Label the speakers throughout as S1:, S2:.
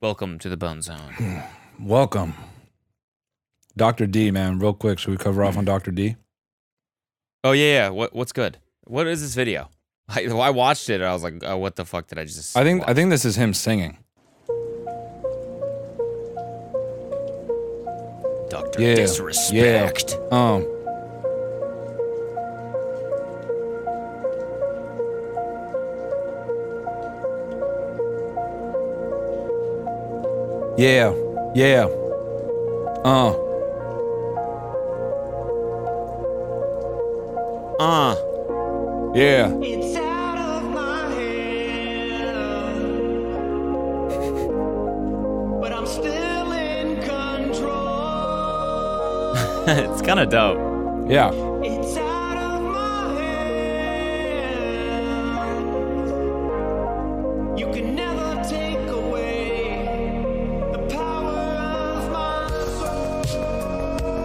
S1: Welcome to the Bone Zone.
S2: Welcome. Dr. D, man, real quick. Should we cover off on Dr. D?
S1: Oh yeah, yeah. What what's good? What is this video? I, I watched it and I was like, oh, what the fuck did I just?
S2: I think
S1: watch?
S2: I think this is him singing.
S1: Doctor
S2: Yeah.
S1: disrespect.
S2: Yeah. Um. Yeah. Yeah. Uh.
S1: Uh,
S2: Yeah.
S3: It's out of my hand. But I'm still in control.
S4: it's kind of dope.
S2: Yeah.
S3: It's out of my hand. You can never take away the power of my soul.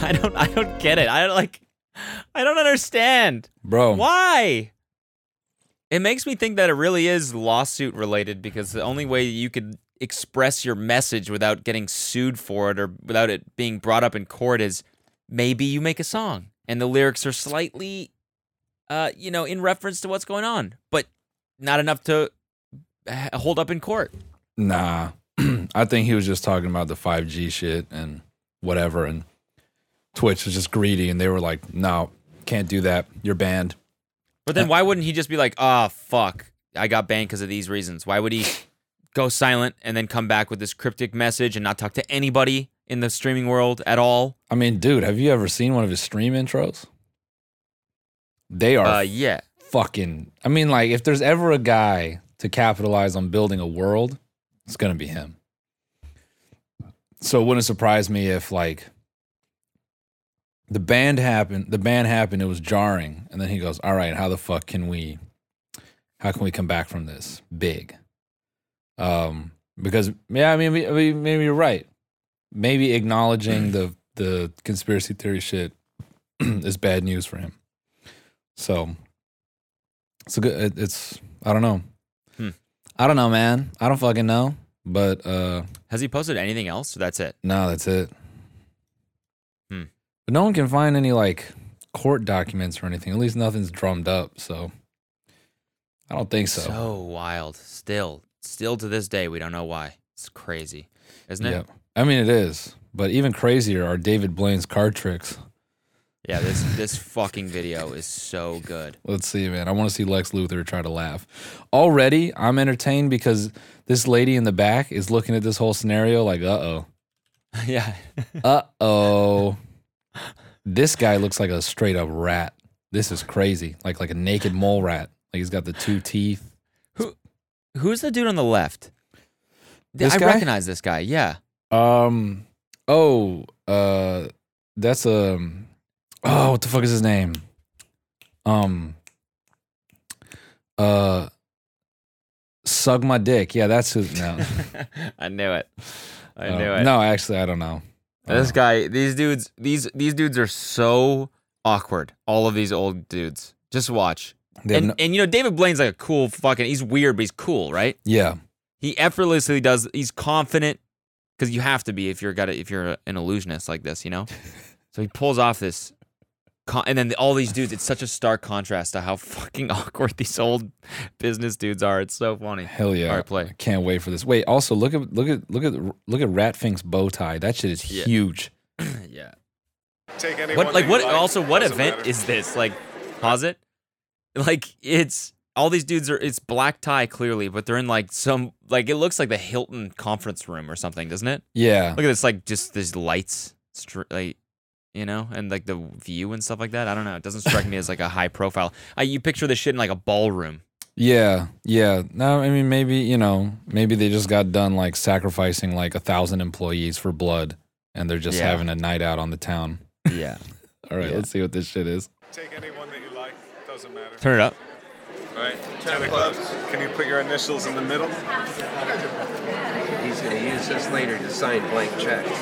S4: I don't. I don't get it. I don't like. I don't understand
S2: Bro.
S1: why? It makes me think that it really is lawsuit related because the only way you could express your message without getting sued for it or without it being brought up in court is maybe you make a song and the lyrics are slightly, uh, you know, in reference to what's going on, but not enough to h- hold up in court.
S2: Nah. I think he was just talking about the 5G shit and whatever. And Twitch was just greedy and they were like, no, can't do that. You're banned.
S1: But then why wouldn't he just be like, oh, fuck, I got banned because of these reasons? Why would he go silent and then come back with this cryptic message and not talk to anybody in the streaming world at all?
S2: I mean, dude, have you ever seen one of his stream intros? They are
S1: Uh, yeah.
S2: fucking. I mean, like, if there's ever a guy to capitalize on building a world, it's going to be him. So it wouldn't surprise me if, like, the band happened, the band happened, it was jarring. And then he goes, All right, how the fuck can we, how can we come back from this big? Um, because, yeah, I mean, we- I mean, maybe you're right. Maybe acknowledging the, the conspiracy theory shit is bad news for him. So it's a good. It, it's I don't know.
S1: Hmm.
S2: I don't know, man. I don't fucking know. But uh
S1: Has he posted anything else? That's it.
S2: no, that's it.
S1: Hmm.
S2: But no one can find any like court documents or anything. At least nothing's drummed up. So I don't think so.
S1: wild. Still, still to this day, we don't know why. It's crazy, isn't it?
S2: yeah. I mean, it is. But even crazier are David Blaine's card tricks.
S1: Yeah. This this fucking video is so good.
S2: Let's see, man. I want to see Lex Luthor try to laugh. Already, I'm entertained because this lady in the back is looking at this whole scenario like, uh oh.
S1: yeah.
S2: Uh oh. this guy looks like a straight up rat. This is crazy. Like like a naked mole rat. Like he's got the two teeth.
S1: Who's the dude on the left?
S2: This
S1: I
S2: guy?
S1: recognize this guy. Yeah.
S2: Um. Oh. Uh. That's um. Oh, what the fuck is his name? Um. Uh. Sug my dick. Yeah, that's his. No.
S1: I knew it. I
S2: Uh,
S1: knew it.
S2: No, actually, I don't know. I don't
S1: This guy, these dudes, these these dudes are so awkward. All of these old dudes. Just watch.
S2: know. They have
S1: and
S2: no-
S1: and you know David Blaine's like a cool fucking. He's weird, but he's cool, right?
S2: yeah.
S1: He effortlessly does. He's confident because you have to be if you're got if you're an illusionist like this, you know. so he pulls off this, con- and then all these dudes. It's such a stark contrast to how fucking awkward these old business dudes are. It's so funny.
S2: Hell yeah.
S1: All right, play.
S2: I can't wait for this. Wait, also look at look at look at look at Ratfink's bow tie. That shit is
S1: Yeah.
S2: huge.
S1: yeah.
S5: Take anyone
S1: What like
S5: that
S1: what?
S5: you like.
S1: also, what
S5: Doesn't
S1: event
S5: matter.
S1: is this? Like, pause it. Like it's all these dudes are. It's black tie clearly, but they're in like some like it looks like the Hilton conference room or something, doesn't it?
S2: Yeah.
S1: Look at this, like just these lights, str- like you know, and like the view and stuff like that. I don't know. It doesn't strike me as like a high profile. I, you picture this shit in like a ballroom.
S2: Yeah. Yeah. No, I mean maybe, you know, maybe they just got done like sacrificing like a thousand employees for blood and they're just
S1: Yeah.
S2: having a night out on the town.
S1: Yeah.
S2: All right,
S1: Yeah.
S2: let's see what this shit is.
S5: Take anyone that you like. Doesn't matter.
S1: Turn it up.
S5: All right. Ten of clubs. Can you put your initials in the middle?
S6: He's going to use this later to sign blank checks.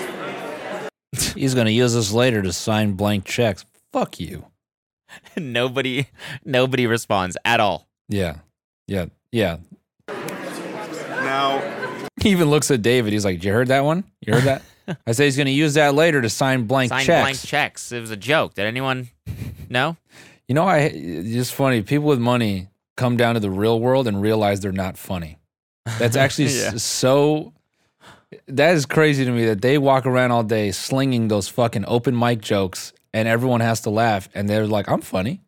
S2: He's going to use this later to sign blank checks. Fuck you.
S1: nobody, nobody responds at all.
S2: Yeah. Yeah. Yeah.
S5: Now,
S2: He even looks at David. He's like, "You heard that one? You heard that?" I say he's going to use that later to sign blank
S1: Sign
S2: checks.
S1: blank checks. It was a joke. Did anyone? No.
S2: You know, I it's just funny. People with money come down to the real world and realize they're not funny. That's actually s-
S1: Yeah.
S2: so. That is crazy to me that they walk around all day slinging those fucking open mic jokes, and everyone has to laugh, and they're like, "I'm funny."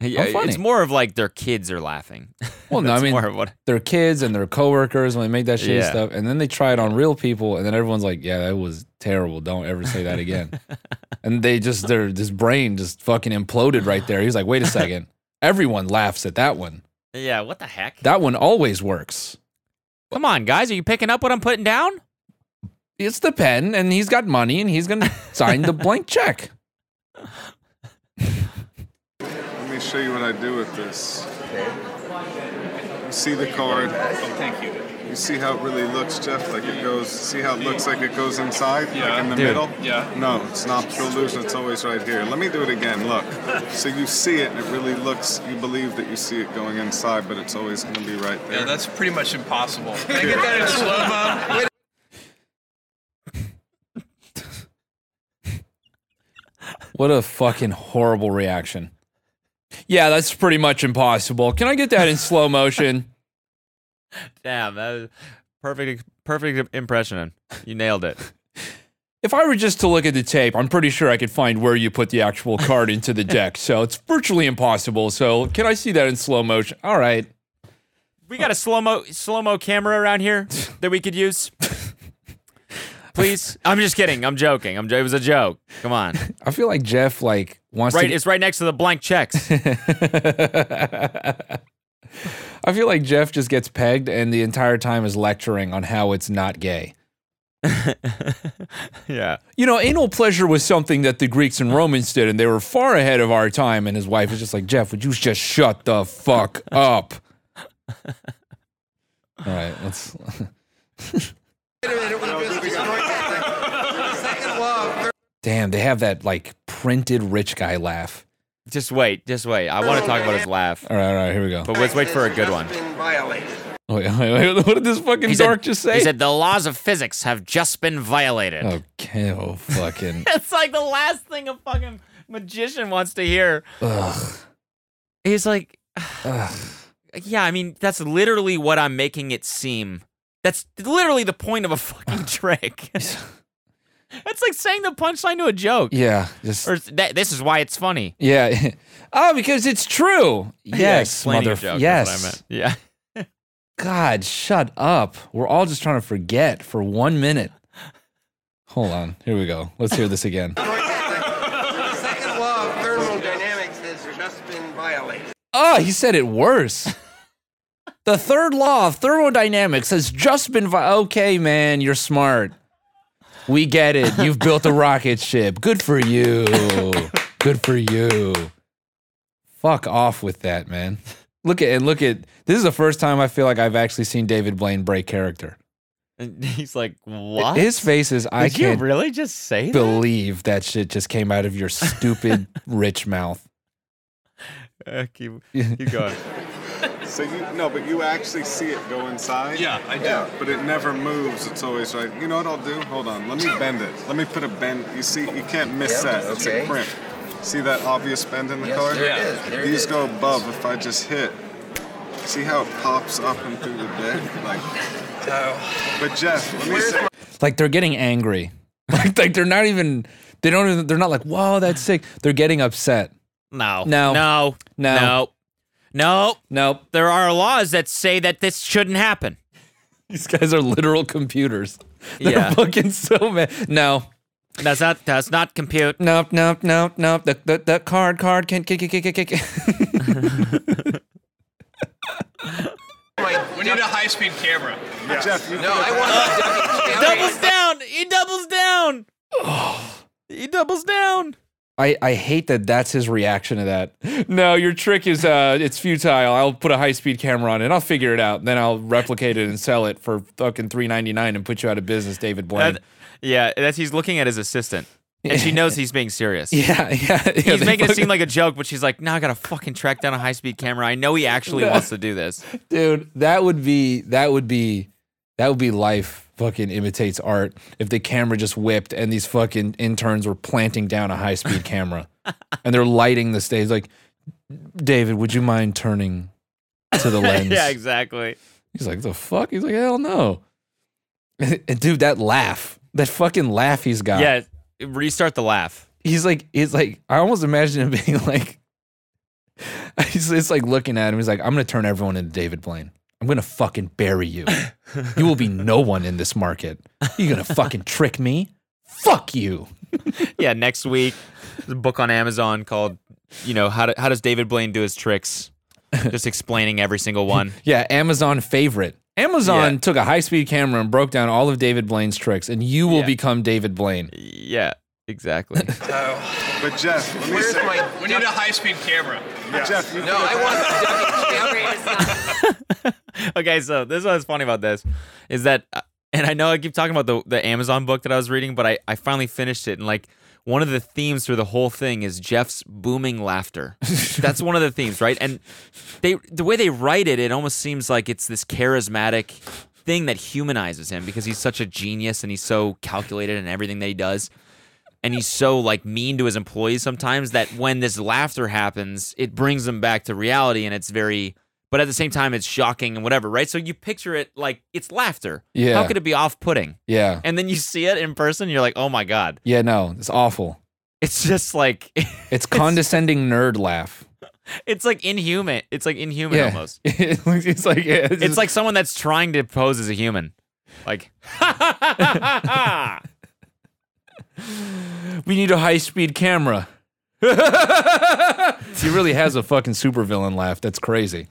S1: Yeah,
S2: funny.
S1: it's more of like their kids are laughing.
S2: Well, no, I
S1: That's
S2: mean
S1: more of what.
S2: their kids and their coworkers when they make that shitty
S1: Yeah.
S2: stuff, and then they try it on real people, and then everyone's like, "Yeah, that was terrible. Don't ever say that again." and they just their this brain just fucking imploded right there. He's like, "Wait a second, everyone laughs at that one.
S1: Yeah. What the heck?
S2: That one always works."
S1: Come on, guys. Are you picking up what I'm putting down?
S2: It's the pen, and he's got money, and he's gonna sign the blank check.
S5: let me show you what I do with this. You see the card.
S6: Oh,
S5: thank you. You see how it really looks, Jeff? Like it goes. See how it looks like it goes inside, like in the middle. Yeah. No, it's not illusion. It's always right here. Let me do it again. Look. so you see it, and it really looks. You believe that you see it going inside, but it's always going to be right there.
S7: Yeah, that's pretty much impossible. Can I get that in slow mo?
S2: What a fucking horrible reaction. Yeah, that's pretty much impossible. Can I get that in slow motion?
S1: Damn, that was perfect, perfect impression. You nailed it.
S2: If I were just to look at the tape, I'm pretty sure I could find where you put the actual card into the deck. So it's virtually impossible. So can I see that in slow motion? All right.
S1: We got a slow mo, slow mo camera around here that we could use. Please, I'm just kidding. I'm joking. I'm. jo- It was a joke. Come on,
S2: I feel like Jeff like wants
S1: right?
S2: to
S1: It's right next to the blank checks.
S2: I feel like Jeff just gets pegged and the entire time is lecturing on how it's not gay.
S1: yeah.
S2: You know, anal pleasure was something that the Greeks and Romans did, and they were far ahead of our time. And his wife is just like, Jeff, would you just shut the fuck up? All right, let's. Damn, they have that like printed rich guy laugh.
S1: Just wait. Just wait. I want to talk about his laugh,
S2: All right, all right, here we go.
S1: but let's wait for a good one.
S6: Been violated.
S2: Wait, wait, wait, what did this fucking dork just say?
S1: He said the laws of physics have just been violated.
S2: okay, oh fucking.
S1: It's like the last thing a fucking magician wants to hear. He's like,
S2: Ugh.
S1: Yeah, I mean, that's literally what I'm making it seem. That's literally the point of a fucking trick. that's like saying the punchline to a joke.
S2: Yeah, just
S1: Or s- that, this is why it's funny.
S2: yeah. oh, because it's true. Yes,
S1: explaining a joke
S2: mother.
S1: is what I
S2: yes.
S1: meant. Yeah.
S2: God, shut up. We're all just trying to forget for one minute. Hold on. Here we go. Let's hear this again.
S6: Second law of thermodynamics has just been violated.
S2: Oh, he said it worse. The third law of thermodynamics has just been. Vi- okay, man, you're smart. We get it. You've built a rocket ship. Good for you. Good for you. Fuck off with that, man. Look at and look at. This is the first time I feel like I've actually seen David Blaine break character.
S1: And he's like, what?
S2: His face is. I
S1: Did you
S2: can't
S1: really just say that?
S2: believe that shit just came out of your stupid rich mouth.
S1: Uh, keep, keep going.
S5: So you no, but you actually see it go inside.
S7: Yeah, I do.
S5: Yeah, but it never moves. It's always right. You know what I'll do? Hold on. Let me bend it. Let me put a bend. You see, you can't miss
S6: Yeah,
S5: that. It's
S6: okay.
S5: a crimp. See that obvious bend in the
S6: Yes,
S5: card?
S6: there it is. There it
S5: These
S6: is.
S5: go above if I just hit. See how it pops up and through the deck? Like. But Jeff, let me say.
S2: Like they're getting angry. Like like they're not even. They don't. Even, they're not like. Whoa, that's sick. They're getting upset.
S1: No.
S2: No.
S1: No.
S2: No.
S1: No. No.
S2: Nope.
S1: There are laws that say that this shouldn't happen.
S2: These guys are literal computers. They're
S1: Yeah.
S2: fucking so mad. No.
S1: That's not, that's not compute.
S2: Nope. Nope. Nope. Nope. The the, the card card can kick kick kick kick kick.
S7: We need a high speed camera.
S5: Jeff, you
S6: No, I want
S1: Doubles down. He doubles down. he doubles down.
S2: I, I hate that that's his reaction to that. No, your trick is uh it's futile. I'll put a high speed camera on it. I'll figure it out. Then I'll replicate it and sell it for fucking three ninety nine and put you out of business, David Blaine.
S1: That- yeah, that's he's looking at his assistant, and she knows he's being serious.
S2: yeah, yeah. yeah,
S1: He's
S2: they
S1: making it
S2: fucking-
S1: seem like a joke, but she's like, "Now I gotta fucking track down a high speed camera. I know he actually wants to do this."
S2: dude that would be that would be that would be life fucking imitates art if the camera just whipped and these fucking interns were planting down a high-speed camera and they're lighting the stage like david would you mind turning to the lens
S1: yeah, exactly.
S2: he's like the fuck he's like hell no and dude that laugh that fucking laugh he's got
S1: Yeah, restart the laugh.
S2: he's like he's like I almost imagine him being like he's it's like looking at him. He's like, I'm gonna turn everyone into David Blaine. I'm gonna fucking bury you. You will be no one in this market. You're gonna fucking trick me. Fuck you.
S1: Yeah, next week, there's a book on Amazon called, you know, how do, how does David Blaine do his tricks? Just explaining every single one.
S2: Yeah, Amazon favorite. Amazon
S1: Yeah.
S2: took a high speed camera and broke down all of David Blaine's tricks, and you will
S1: Yeah.
S2: become David Blaine.
S1: Yeah, exactly.
S5: But Jeff, let me
S6: Where's
S5: say,
S6: my?
S7: We need a high speed camera.
S5: Jeff, you
S6: No, I want the Ducky camera.
S1: okay, so this is what's funny about this is that, uh, and I know I keep talking about the, the Amazon book that I was reading, but I, I finally finished it. And like one of the themes through the whole thing is Jeff's booming laughter. That's one of the themes, right? And they the way they write it, it almost seems like it's this charismatic thing that humanizes him because he's such a genius and he's so calculated in everything that he does. And he's so like mean to his employees sometimes that when this laughter happens, it brings them back to reality and it's very but at the same time it's shocking and whatever, right? So you picture it like it's laughter.
S2: Yeah.
S1: How could it be off putting?
S2: Yeah.
S1: And then you see it in person, you're like, oh my God.
S2: Yeah, no, it's awful.
S1: It's just like
S2: It's condescending nerd laugh.
S1: it's like inhuman. It's like inhuman
S2: Yeah.
S1: almost.
S2: it's like yeah, it's,
S1: It's like someone that's trying to pose as a human. Like,
S2: We need a high speed camera. he really has a fucking supervillain laugh. That's crazy.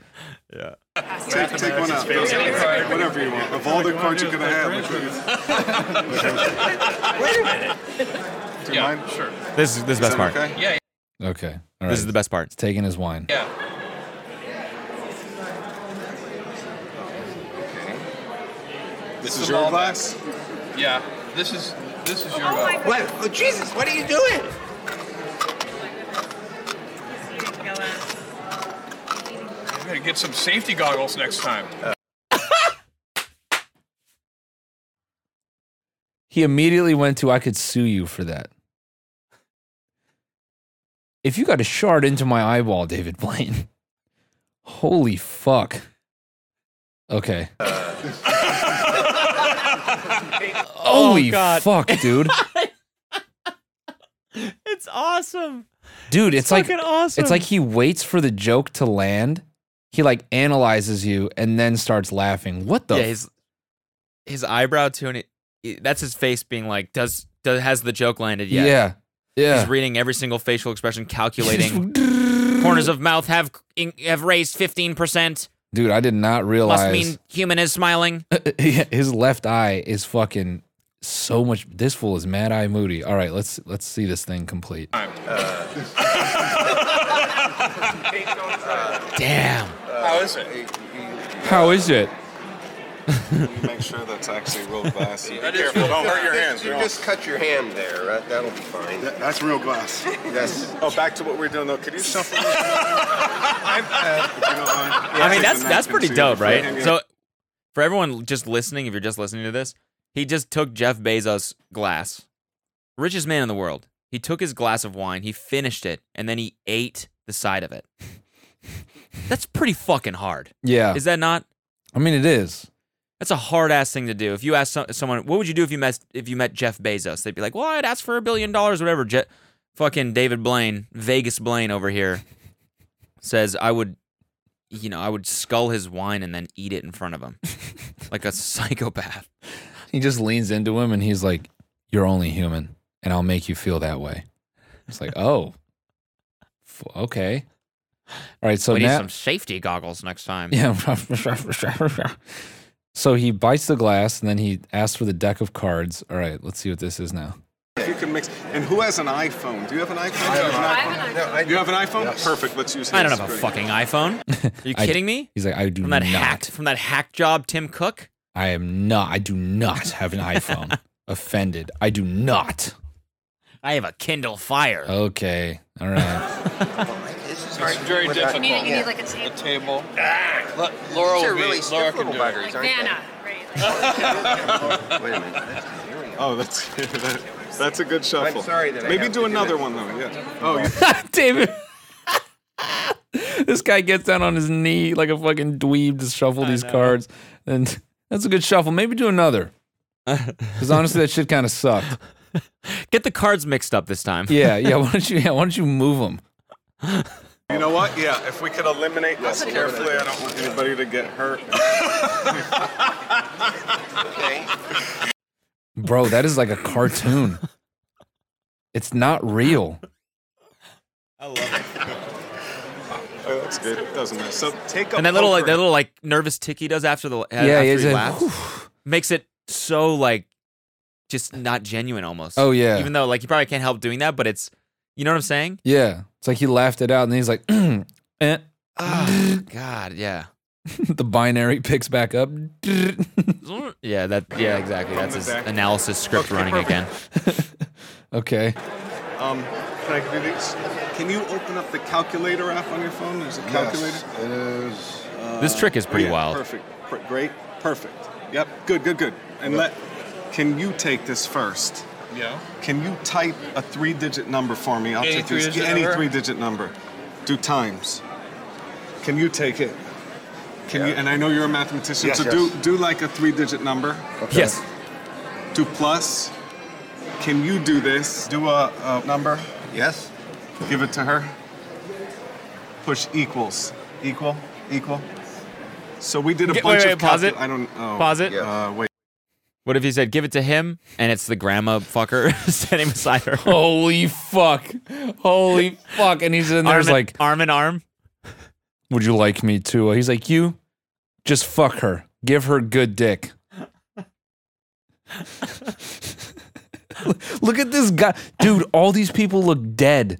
S5: take, take one out. Those- Whatever you want. Of all the cards you could have had, which one is- Do you mind? Sure.
S1: this is this is the best part.
S5: Okay.
S2: Okay. All right.
S1: This is the best part.
S2: Taking his wine.
S5: This is your glass.
S7: Yeah. This is this is your.
S6: What? Oh, Jesus, what are you doing?
S7: I'm gonna get some safety goggles next time.
S2: He immediately went to, I could sue you for that. If you got a shard into my eyeball, David Blaine, holy fuck. Okay. holy
S1: Oh, God.
S2: fuck, dude.
S1: It's awesome.
S2: Dude, it's, like
S1: fucking awesome.
S2: It's like he waits for the joke to land. He like analyzes you and then starts laughing. What the?
S1: yeah,
S2: f-
S1: his his eyebrow too, and it, it- that's his face being like, does, does has the joke landed yet?
S2: yeah, yeah.
S1: He's reading every single facial expression, calculating. Corners of mouth have in, have raised fifteen percent.
S2: Dude, I did not realize.
S1: Must mean human is smiling.
S2: his left eye is fucking so much. This fool is Mad Eye Moody. All right, let's let's see this thing complete.
S1: Damn.
S7: How is it?
S2: How is it?
S5: Make sure that's actually real glass.
S7: Careful, don't hurt your hands.
S6: You just cut your hand there. Right? That'll be fine.
S5: That- That's real glass.
S6: That's
S5: Oh, back to what we are doing though. Could you shuffle? this? If you don't mind.
S1: I mean,
S5: Take
S1: that's
S5: the
S1: that's
S5: napkin
S1: pretty
S5: too.
S1: dope,
S5: Yeah, yeah.
S1: right? So, for everyone just listening, if you're just listening to this, he just took Jeff Bezos' glass, richest man in the world. He took his glass of wine, he finished it, and then he ate the side of it. That's pretty fucking hard.
S2: Yeah,
S1: Is that not?
S2: I mean it is.
S1: That's a hard ass thing to do. If you ask some, someone, what would you do if you met if you met Jeff Bezos? They'd be like, "Well, I'd ask for a billion dollars, whatever." Je- fucking David Blaine, Vegas Blaine over here, says I would, you know, I would scull his wine and then eat it in front of him, like a psychopath.
S2: He just leans into him and he's like, "You're only human, and I'll make you feel that way." It's like, oh, F- okay. All right, so
S1: we need
S2: now,
S1: some safety goggles next time.
S2: Yeah. so he bites the glass and then he asks for the deck of cards. All right, let's see what this is now.
S5: If you could fucking mix. And who has an iPhone? Do you have an iPhone? I
S8: I have an
S6: No,
S8: iPhone.
S6: I,
S5: You have an iPhone?
S6: Yes.
S5: Perfect. Let's use.
S1: I don't
S5: his.
S1: have a
S5: Great.
S1: fucking iPhone. Are you
S2: I-
S1: kidding me?
S2: He's like, I do
S1: From that
S2: not.
S1: hack from that hack job, Tim Cook.
S2: I am not. I do not have an iPhone. Offended. I do not.
S1: I have a Kindle Fire.
S2: Oh. Okay. All right.
S6: this is
S7: It's
S6: hard
S7: very
S6: without-
S7: difficult.
S8: You need, you
S6: Yeah.
S8: need like a
S7: A
S8: table.
S7: table. Look, Laura
S5: Oh,
S7: will
S6: These are
S7: be.
S6: really
S7: Laura
S6: stiff
S7: can
S6: little
S7: do it.
S6: buggers,
S8: Like
S6: aren't they?
S8: Vanna, right? Like,
S6: Wait a minute. That's confusing.
S5: Oh, that's that, that's a good shuffle.
S6: sorry that I
S5: Maybe
S6: have
S5: do
S6: to do
S5: another
S6: it.
S5: one though. Yeah. Oh, you,
S2: David. this guy gets down on his knee like a fucking dweeb to shuffle these cards. And that's a good shuffle. Maybe do another. Because honestly, that shit kind of sucked.
S1: Get the cards mixed up this time.
S2: Yeah, yeah. Why don't you? Yeah, why don't you move them?
S5: you know what? Yeah. If we could eliminate this carefully, I don't want anybody to get hurt.
S6: Okay.
S2: Bro, that is like a cartoon. It's not real.
S5: Oh, that's good. It doesn't matter. So take a
S1: And that little like
S5: poker.
S1: that little like nervous tick he does after the yeah,
S2: yeah,
S1: after
S2: yeah.
S1: he
S2: it's like,
S1: laughs
S2: whew.
S1: makes it so like just not genuine almost.
S2: Oh yeah.
S1: Even though like you probably can't help doing that, but it's you know what I'm saying?
S2: yeah. It's like he laughed it out and then he's like, eh.
S5: Ah,
S1: Oh, God, yeah.
S2: the binary picks back up.
S1: Yeah, that yeah, exactly. That's his
S5: back.
S1: analysis script
S5: Okay,
S1: running
S5: perfect.
S1: again.
S2: okay.
S5: Um, can I do these? Can you open up the calculator app on your phone? There's a calculator.
S6: Yes, it is.
S1: This trick is pretty
S5: Yeah,
S1: wild.
S5: Perfect. Per- great. Perfect. Yep. Good. Good. Good. And let. Can you take this first?
S7: Yeah.
S5: Can you type a three-digit number for me? I'll
S7: Any
S5: take this.
S7: three-digit
S5: any
S7: number?
S5: three-digit number. Do times. Can you take it? Can you? And I know you're a mathematician,
S6: Yes,
S5: so
S6: yes.
S5: do do like a three-digit number.
S6: Okay.
S1: Yes.
S5: Do plus. Can you do this? Do a, a number.
S6: Yes.
S5: Give it to her. Push equals. Equal. Equal. So we did a
S1: Get-
S5: bunch
S1: wait,
S5: of
S1: wait, pause
S5: calcu-
S1: it.
S5: I don't. Oh,
S1: Pause it.
S5: Uh, wait.
S1: What if he said give it to him and it's the grandma fucker standing beside her?
S2: Holy fuck. Holy fuck. And he's in there
S1: Arm
S2: he's
S1: in-
S2: like,
S1: arm in arm.
S2: Would you like me to? He's like, You just fuck her. Give her good dick. look at this guy. Dude, all these people look dead.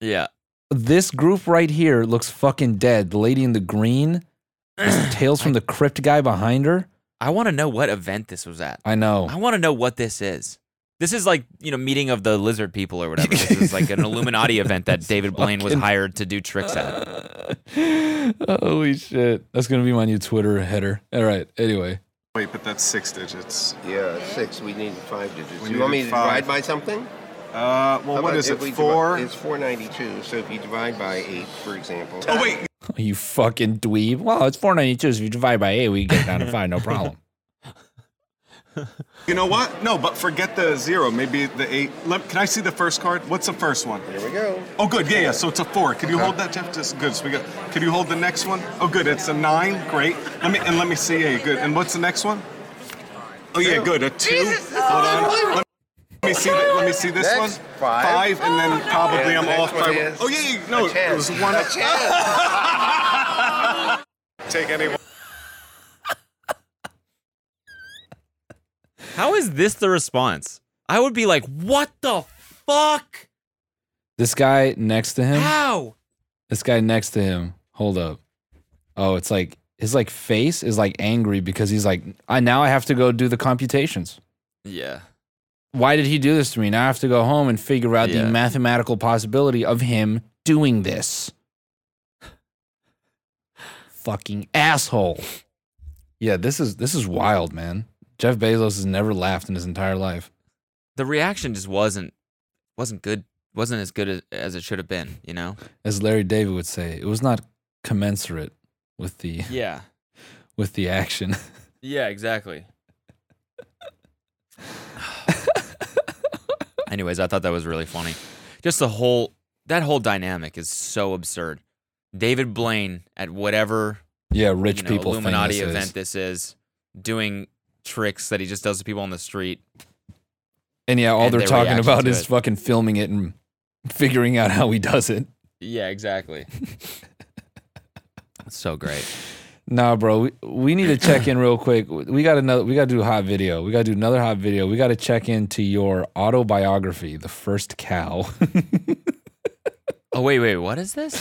S1: Yeah.
S2: This group right here looks fucking dead. The lady in the green, this Tales from the Crypt guy behind her.
S1: I want to know what event this was at.
S2: I know.
S1: I want to know what this is. This is like you know meeting of the lizard people or whatever. This is like an Illuminati event that David Blaine was
S2: Fucking-
S1: hired to do tricks at.
S2: Holy shit. That's going to be my new Twitter header. All right. Anyway.
S5: Wait, but that's six digits. Uh,
S6: Yeah, six. We need five digits.
S5: We
S6: you want me
S5: needed
S6: to
S5: five.
S6: divide by something?
S5: Uh, well,
S6: How
S5: what
S6: about
S5: is
S6: if
S5: it?
S6: we divi-
S5: Four.
S6: it's 492. So if you divide by eight, for example.
S5: oh wait.
S2: You fucking dweeb. Well, it's 492. So if you divide by 8, we get it down to 5. No problem.
S5: You know what? No, but forget the zero. Maybe the eight. Let, can I see the first card? What's the first one?
S6: Here we go.
S5: Oh, good. Yeah, yeah. So it's a four. Can you hold that, Jeff? Just good. So we got. Can you hold the next one? Oh, good. It's a nine. Great. Let me and let me see. Yeah, good. And what's the next one? Oh yeah, good. A two. hold on. Let me see. th- Let me see this
S6: Next,
S5: one.
S6: five.
S5: Five, and then probably
S6: And
S5: I'm
S6: the next
S5: off
S6: one
S5: by. one.
S6: is
S5: Oh yeah, yeah, no,
S6: a
S5: it was
S6: chance.
S5: one.
S6: A chance.
S5: Take any one.
S1: How is this the response? I would be like, what the fuck?
S2: This guy next to him.
S1: How?
S2: This guy next to him. Hold up. Oh, it's like his like face is like angry because he's like, I now I have to go do the computations.
S1: Yeah.
S2: Why did he do this to me? Now I have to go home and figure out
S1: Yeah.
S2: the mathematical possibility of him doing this. Fucking asshole. Yeah, this is this is wild, man. Jeff Bezos has never laughed in his entire life.
S1: The reaction just wasn't wasn't good. Wasn't as good as, as it should have been. You know.
S2: As Larry David would say, it was not commensurate with the
S1: Yeah.
S2: with the action.
S1: Yeah. Exactly. Anyways, I thought that was really funny. Just the whole that whole dynamic is so absurd. David Blaine at whatever
S2: Yeah, rich
S1: you know,
S2: people
S1: Illuminati
S2: thing this
S1: event
S2: is.
S1: this is, doing tricks that he just does to people on the street.
S2: And yeah, all
S1: and
S2: they're
S1: their
S2: talking
S1: reaction
S2: about
S1: to
S2: is
S1: it.
S2: fucking filming it and figuring out how he does it.
S1: Yeah, exactly. That's so great.
S2: Nah, bro, we, we need to check in real quick. We got another. We got to do a hot video. We got to do another hot video. We got to check into your autobiography, the first cow.
S1: Oh wait, wait, what is this?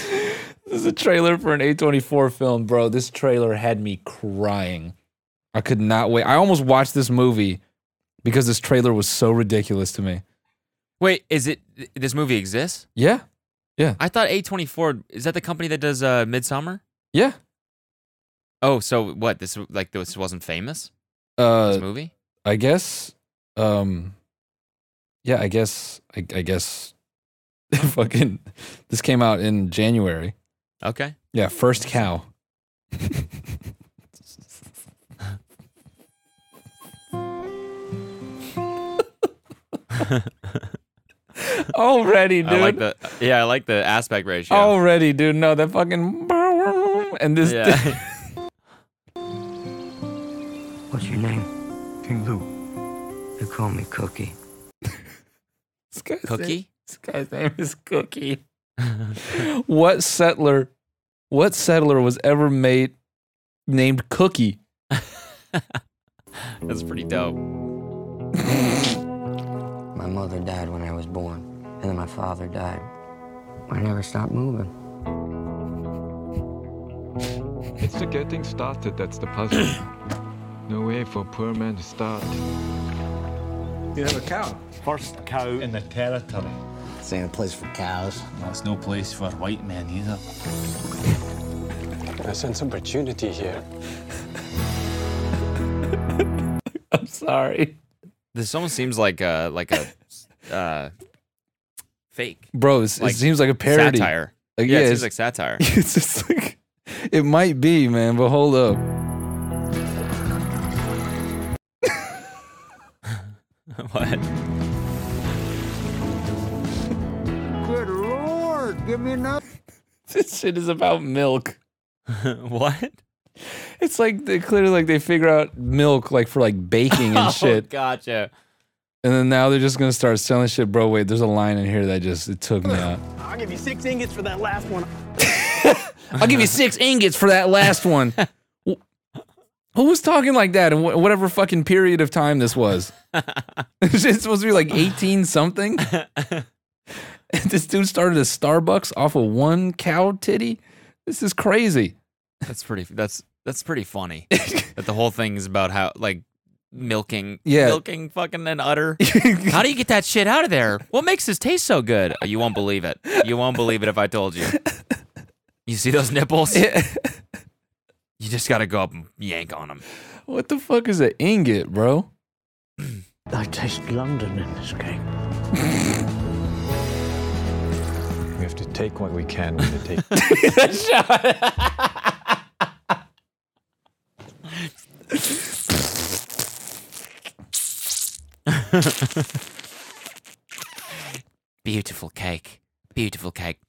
S2: This is a trailer for an A24 film, bro. This trailer had me crying. I could not wait. I almost watched this movie because this trailer was so ridiculous to me.
S1: Wait, is it th- this movie exists?
S2: Yeah.
S1: I thought A24 is that the company that does uh Midsummer?
S2: Yeah.
S1: Oh, so what? This like this wasn't famous? This
S2: Uh
S1: movie?
S2: I guess um Yeah, I guess I, I guess fucking this came out in January.
S1: Okay.
S2: Yeah, first cow. Already, dude.
S1: I like the Yeah, I like the aspect ratio.
S2: Already, dude. No, that fucking and this.
S1: Yeah.
S8: What's your name? King Lou. They call me Cookie.
S2: This guy's Name,
S1: Cookie?
S2: this guy's name is Cookie. what settler? What settler was ever made named Cookie?
S1: That's pretty dope.
S8: My mother died when I was born, and then my father died. I never stopped moving.
S9: It's the getting started that's the puzzle. no way for poor man to start.
S5: You have a cow.
S10: First cow in the territory.
S6: Same place for cows.
S10: That's no place for white men either.
S9: I sense opportunity here.
S2: I'm sorry,
S1: This almost seems like a like a uh fake
S2: bro. It's,
S1: Like
S2: it seems like a parody.
S1: satire.
S2: Like,
S1: yeah,
S2: yeah,
S1: it
S2: it's,
S1: seems like satire.
S2: it's just like it might be, man. But hold up.
S1: what?
S2: This shit is about milk.
S1: what?
S2: It's like they clearly like they figure out milk like for like baking and shit.
S1: Oh, gotcha.
S2: And then now they're just gonna start selling shit, bro. Wait, there's a line in here that just it took me out.
S3: I'll give you six ingots for that last one.
S2: I'll give you six ingots for that last one. Wh- Who was talking like that in wh- whatever fucking period of time this was? it's supposed to be like 18 something. And this dude started a Starbucks off of one cow titty. This is crazy.
S1: That's pretty that's that's pretty funny. that the whole thing is about how like milking
S2: Yeah.
S1: milking fucking an udder. How do you get that shit out of there? What makes this taste so good? Oh, You won't believe it. You won't believe it if I told you. You see those nipples? You just gotta go up and yank on them.
S2: what the fuck is an ingot, bro?
S8: I taste London in this game.
S9: We have to take what we can when they take.
S1: Beautiful cake. Beautiful cake.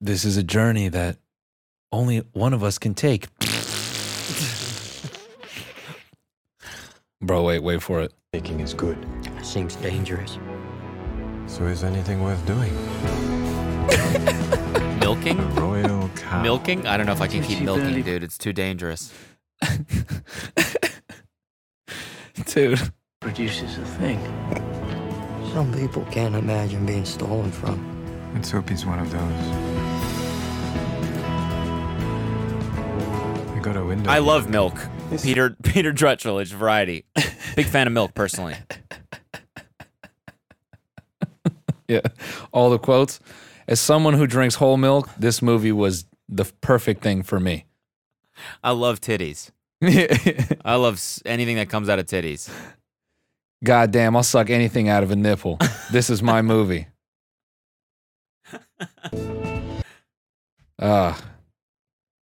S2: This is a journey that only one of us can take. bro, wait, wait for it.
S9: Taking is good.
S8: That seems dangerous.
S9: So is anything worth doing?
S1: Milking?
S9: Royal cow.
S1: Milking? I don't know if I can keep milking, dude. It's too dangerous.
S2: Dude.
S8: Produces a thing. Some people can't imagine being stolen from.
S9: Let's hope he's one of those. We got a window.
S1: I love milk. Peter Peter Drutchville, it's variety. Big fan of milk personally.
S2: Yeah. All the quotes. As someone who drinks whole milk, this movie was the perfect thing for me.
S1: I love titties. I love s- anything that comes out of titties.
S2: God damn, I'll suck anything out of a nipple. This is my movie. Ah.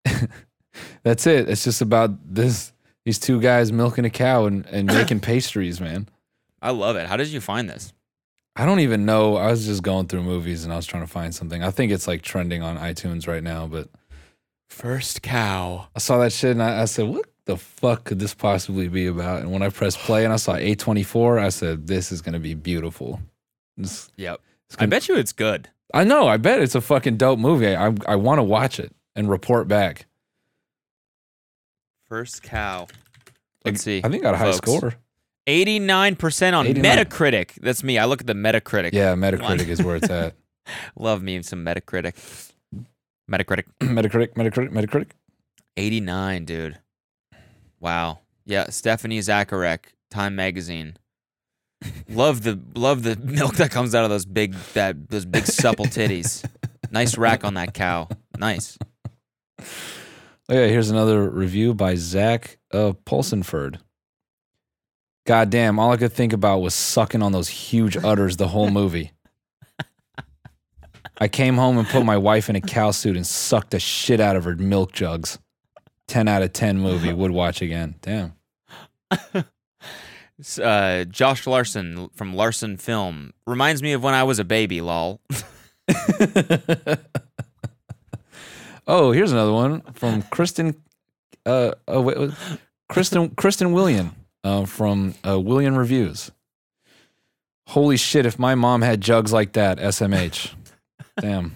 S2: That's it. It's just about this these two guys milking a cow and, and making pastries, man.
S1: I love it. How did you find this?
S2: I don't even know. I was just going through movies and I was trying to find something. I think it's like trending on iTunes right now, but
S1: First cow.
S2: I saw that shit and I, I said, what the fuck could this possibly be about? And when I pressed play and I saw A24, I said, this is going to be beautiful. This-
S1: Yep.
S2: it's
S1: I
S2: gonna-
S1: bet you it's good.
S2: I know. I bet it's a fucking dope movie. I I, I want to watch it and report back.
S1: First cow. Let's see.
S2: I think I got a high
S1: folks.
S2: score.
S1: 89% on
S2: 89.
S1: Metacritic. That's me. I look at the Metacritic.
S2: Yeah, Metacritic is where it's at.
S1: Love me some Metacritic. Metacritic.
S2: Metacritic, Metacritic, Metacritic.
S1: 89, dude. Wow. Yeah, Stephanie Zacharek, Time Magazine. Love the love the milk that comes out of those big that those big supple titties. Nice rack on that cow. Nice.
S2: Oh yeah, here's another review by Zach uh, Polsenford. God damn, all I could think about was sucking on those huge udders the whole movie. I came home and put my wife in a cow suit and sucked the shit out of her milk jugs. 10 out of 10 movie, would watch again. Damn.
S1: S- Uh, Josh Larson from Larson Film reminds me of when I was a baby. Lol.
S2: Oh, here's another one from Kristen. Uh, oh, wait, wait, Kristen Kristen William uh, from uh, William Reviews. Holy shit! If my mom had jugs like that, SMH. Damn.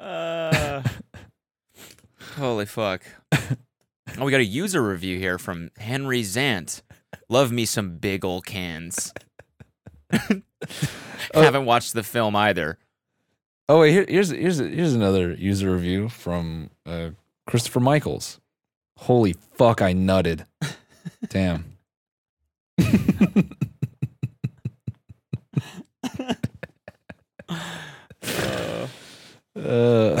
S1: Uh, holy fuck. Oh, we got a user review here from Henry Zant. Love me some big ol' cans. Haven't watched the film either.
S2: Oh wait, here, here's here's here's another user review from uh, Christopher Michaels. Holy fuck! I nutted. Damn. uh, do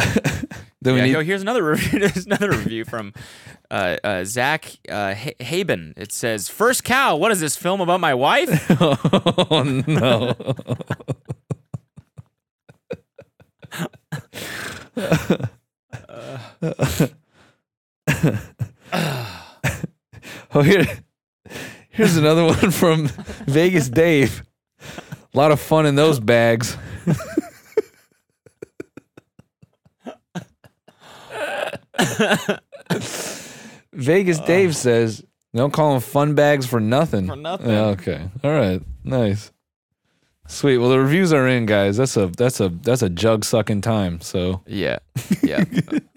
S2: we
S1: Yeah,
S2: need
S1: yo, here's another review. There's another review from uh, uh, Zach uh, Ha- Haben. It says, First cow, what is this film about my wife?
S2: oh no. oh here here's another one from Vegas Dave. A lot of fun in those bags. Vegas Dave says, "Don't call them fun bags for nothing." For
S1: nothing.
S2: okay. All right. Nice. Sweet. Well, the reviews are in, guys. That's a that's a that's a jug sucking time. So
S1: yeah. Yeah.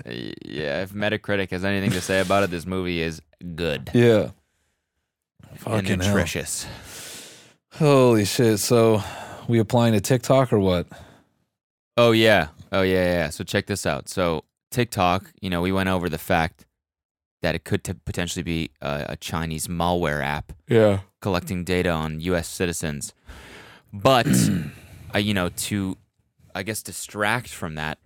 S1: yeah. If Metacritic has anything to say about it, this movie is good
S2: yeah.
S1: and
S2: Fucking hell.
S1: nutritious.
S2: Holy shit. So, we applying to TikTok or what?
S1: Oh yeah. Oh yeah, yeah, yeah. So check this out. So TikTok, you know, we went over the fact that it could t- potentially be a, a Chinese malware app
S2: Yeah.
S1: collecting data on U.S. citizens. But uh, you know, to I guess distract from that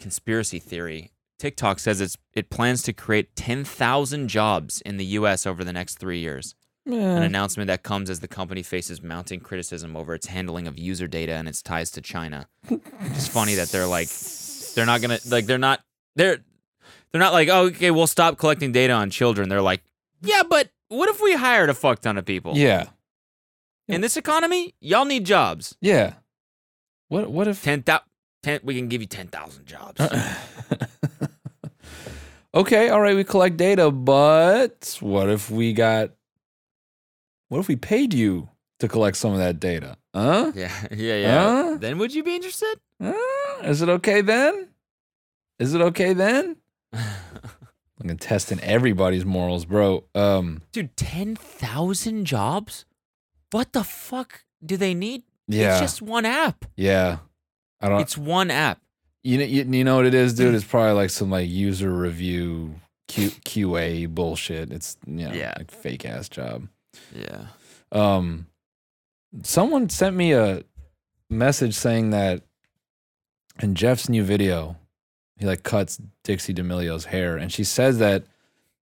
S1: conspiracy theory, TikTok says it's it plans to create 10,000 jobs in the U.S. over the next three years. An announcement that comes as the company faces mounting criticism over its handling of user data and its ties to China. It's funny that they're like, they're not gonna like they're not they're they're not like oh, okay we'll stop collecting data on children. They're like yeah, but what if we hired a fuck ton of people?
S2: Yeah.
S1: In this economy, y'all need jobs.
S2: Yeah. What what if
S1: Ten thousand. Ten, we can give you ten thousand jobs.
S2: Uh-uh. Okay, all right, we collect data, but what if we got what if we paid you to collect some of that data? Huh?
S1: yeah, yeah, yeah.
S2: Huh?
S1: Then would you be interested?
S2: Huh? Is it okay then? Is it okay then? I'm gonna test in everybody's morals, bro. Um
S1: Dude, ten thousand jobs? What the fuck do they need?
S2: Yeah. Uh,
S1: It's just one app.
S2: yeah. I don't
S1: It's Mm. one app.
S2: you know you, you know what it is, dude? It's probably like some like user review Q, QA bullshit. It's you know,
S1: Yeah.
S2: like fake ass job.
S1: Yeah.
S2: Um, someone sent me a message saying that in Jeff's new video, he like cuts Dixie D'Amelio's hair, and she says that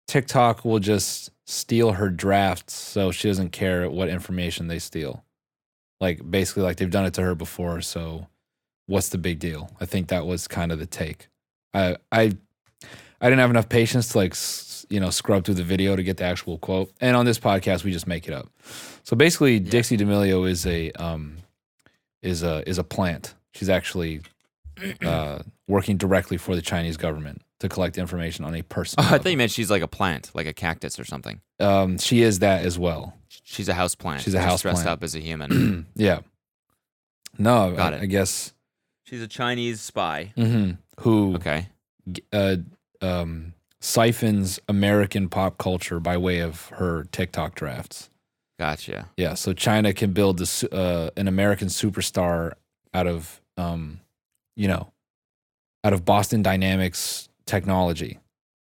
S2: TikTok will just steal her drafts, so she doesn't care what information they steal. Like basically, like they've done it to her before, so what's the big deal? I think that was kind of the take. I I I didn't have enough patience to like s- you know scrub through the video to get the actual quote. And on this podcast, we just make it up. So basically, Dixie D'Amelio is a um, is a is a plant. She's actually uh, working directly for the Chinese government, to collect information on a person.
S1: Oh, I thought you meant she's like a plant, like a cactus or something.
S2: um, she is that as well.
S1: She's a house plant.
S2: She's a house
S1: dressed
S2: plant.
S1: up as a human.
S2: Yeah. No,
S1: Got
S2: I,
S1: it.
S2: I guess
S1: she's a Chinese spy.
S2: hmm who
S1: Okay.
S2: uh, um, siphons American pop culture by way of her TikTok drafts.
S1: Gotcha.
S2: Yeah, so China can build this, uh, an American superstar out of, um, you know, out of Boston Dynamics technology.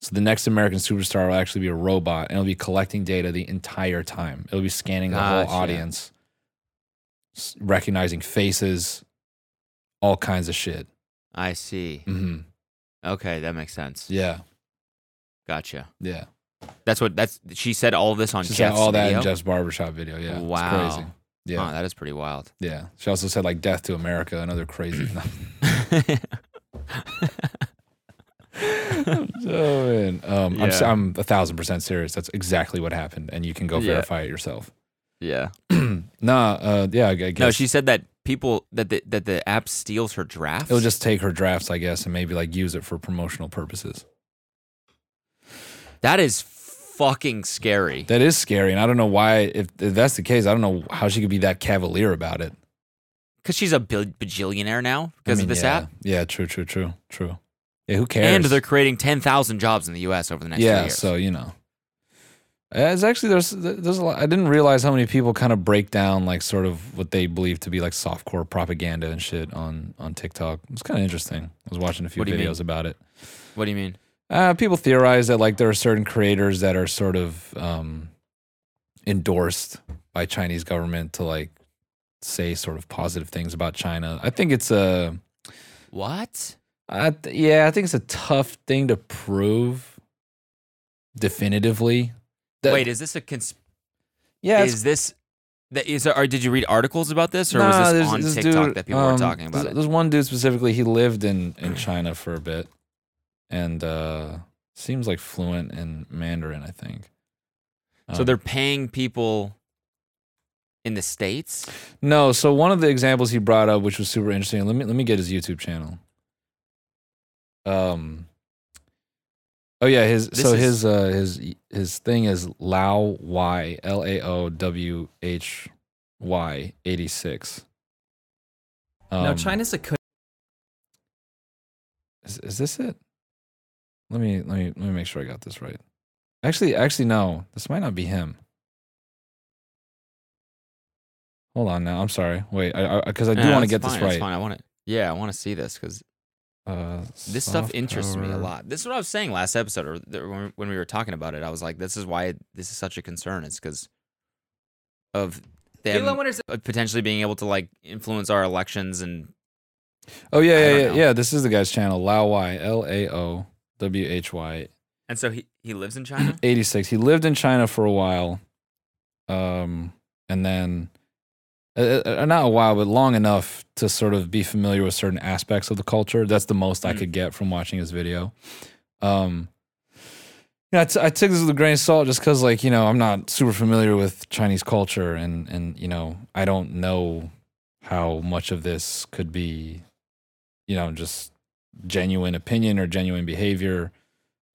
S2: So the next American superstar will actually be a robot, and it'll be collecting data the entire time. It'll be scanning the
S1: Gotcha.
S2: whole audience, s- recognizing faces, all kinds of shit.
S1: I see.
S2: hmm
S1: Okay, that makes sense.
S2: Yeah,
S1: Gotcha.
S2: yeah.
S1: That's what that's she said all this on
S2: She said
S1: Jeff's
S2: all that
S1: video?
S2: in Jeff's barbershop video. Yeah,
S1: Wow.
S2: it's crazy. Yeah,
S1: Huh, that is pretty wild.
S2: yeah. She also said like "Death to America" and other crazy. oh man, um, I'm s-
S1: Yeah.
S2: I'm a thousand percent serious. That's exactly what happened, and you can go
S1: Yeah.
S2: verify it yourself.
S1: yeah.
S2: Nah, uh, yeah, I g- I guess
S1: No, she said that people that the, that the app steals her drafts.
S2: it'll just take her drafts, I guess, and maybe like use it for promotional purposes.
S1: that is fucking scary.
S2: That is scary, and I don't know why. If, if that's the case, I don't know how she could be that cavalier about it.
S1: Because she's a bil- bajillionaire now
S2: I
S1: because
S2: mean,
S1: of this
S2: yeah,
S1: app,
S2: Yeah, true, true, true, true. Yeah, who cares?
S1: and they're creating ten thousand jobs in the U.S. over the next
S2: yeah
S1: few years.
S2: so you know Uh, it's actually there's there's a lot i didn't realize how many people kind of break down like sort of what they believe to be like softcore propaganda and shit on on tiktok it's kind of interesting i was watching a few
S1: What do you mean?
S2: videos about it
S1: what do you mean?
S2: uh, people theorize that like there are certain creators that are sort of um endorsed by chinese government to like say sort of positive things about china i think it's a
S1: What?
S2: I th- yeah, I think it's a tough thing to prove definitively. That-
S1: Wait, is this a cons?
S2: yeah, it's-
S1: is this? That is, or did you read articles about this, or
S2: nah,
S1: was this
S2: there's-
S1: on
S2: this
S1: TikTok
S2: dude,
S1: that people were
S2: um,
S1: talking about
S2: there's,
S1: it? Mm.
S2: There's one dude specifically. He lived in in China for a bit, and uh seems like fluent in Mandarin. I think.
S1: So
S2: Um,
S1: they're paying people in the states.
S2: no. So one of the examples he brought up, which was super interesting. Let me let me get his YouTube channel. Um. Oh yeah, his
S1: This
S2: so
S1: is-
S2: his uh his his thing is Lao Y L A O W H Y eighty six. Um,
S4: no, China's a country.
S2: Is, is this it? Let me let me let me make sure I got this right. Actually, actually no, this might not be him. Hold on now. I'm sorry. Wait, I because I, do
S1: Nah,
S2: want to
S1: it's
S2: get
S1: fine,
S2: this
S1: it's
S2: right.
S1: Fine. I want it. Yeah, I want to see this because
S2: Uh,
S1: this
S2: soft
S1: stuff interests me a
S2: power.
S1: lot. This is what I was saying last episode, or th- when- when we were talking about it. I was like, "This is why this is such a concern. It's because of them
S4: Elon wonders
S1: uh, potentially being able to like influence our elections." And
S2: Oh yeah,
S1: I
S2: yeah,
S1: don't
S2: yeah,
S1: know.
S2: yeah. This is the guy's channel. Lao Y L A O W H Y
S1: and so he he lives in China.
S2: 86. He lived in China for a while. Um, and then uh, uh, not a while, but long enough to sort of be familiar with certain aspects of the culture. That's the most I
S1: Mm.
S2: could get from watching his video. Um, yeah, I, t- I took this with a grain of salt just because, like, you know, I'm not super familiar with Chinese culture, and and you know, I don't know how much of this could be, you know, just genuine opinion or genuine behavior.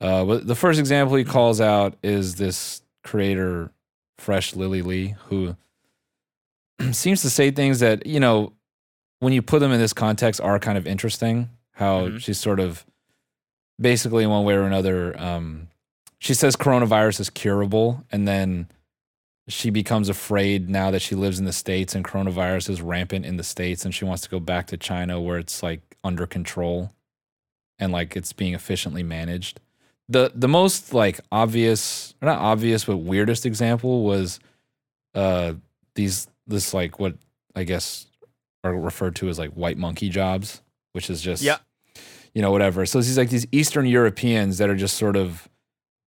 S2: Uh, but the first example he calls out is this creator, Fresh Lily Lee, who seems to say things that you know, when you put them in this context, are kind of interesting. How
S1: Mhm.
S2: she's sort of basically in one way or another um, she says coronavirus is curable and then she becomes afraid now that she lives in the states and coronavirus is rampant in the states and she wants to go back to china where it's like under control and like it's being efficiently managed the the most like obvious or not obvious but weirdest example was uh these this like what i guess are referred to as like white monkey jobs which is just
S1: Yeah.
S2: you know whatever so it's these like these eastern europeans that are just sort of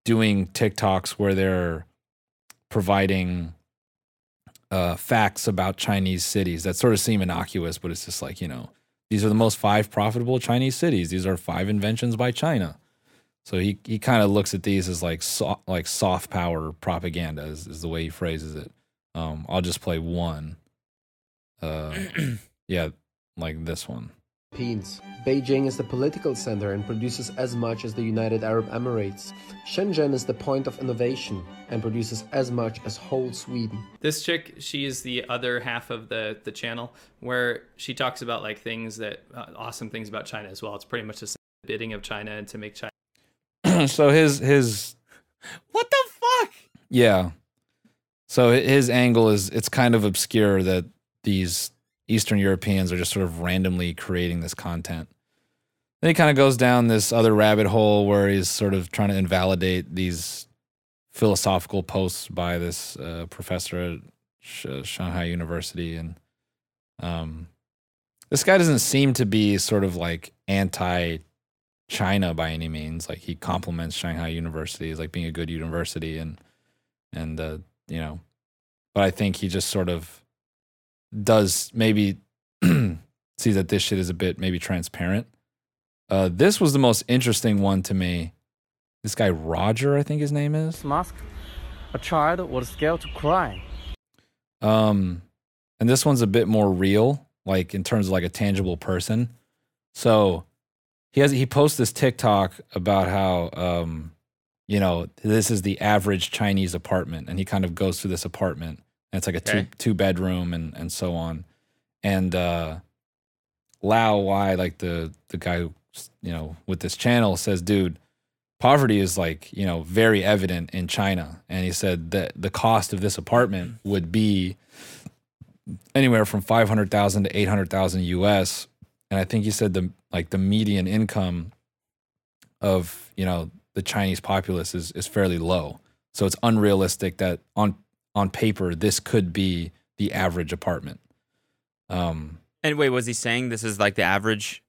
S2: doing tiktoks where they're providing uh, facts about Chinese cities that sort of seem innocuous, but it's just like, you know, these are the most five profitable Chinese cities. These are five inventions by China. So he, he kind of looks at these as like so, like soft power propaganda is, is the way he phrases it. Um, I'll just play one. Uh, yeah, like this one.
S11: Europeans Beijing is the political center and produces as much as the United Arab Emirates. Shenzhen is the point of innovation and produces as much as whole Sweden.
S12: This chick, she is the other half of the the channel where she talks about like things that uh, awesome things about China as well. It's pretty much the same bidding of China and to make China.
S2: so his his
S1: What the fuck?
S2: yeah. So hi- his angle is it's kind of obscure that these Eastern Europeans are just sort of randomly creating this content. Then he kind of goes down this other rabbit hole where he's sort of trying to invalidate these philosophical posts by this uh, professor at Sh- uh, Shanghai University, and um, this guy doesn't seem to be sort of like anti China by any means. Like he compliments Shanghai University as like being a good university and and uh, you know, but I think he just sort of does maybe see that this shit is a bit maybe transparent. Uh, this was the most interesting one to me. This guy Roger, I think his name is.
S13: Mask. A child was scared to cry.
S2: Um, and this one's a bit more real, like in terms of like a tangible person. So he has he posts this TikTok about how um, you know, this is the average Chinese apartment, and he kind of goes through this apartment, and it's like a two
S14: Okay.
S2: two bedroom and and so on, and uh, Lao Wai, like the the guy who you know with this channel says, dude, poverty is like you know very evident in China, and he said that the cost of this apartment would be anywhere from five hundred thousand to eight hundred thousand U.S. And I think he said the like the median income of you know the Chinese populace is is fairly low, so it's unrealistic that on on paper this could be the average apartment. Um,
S1: And wait, was he saying this is like the average?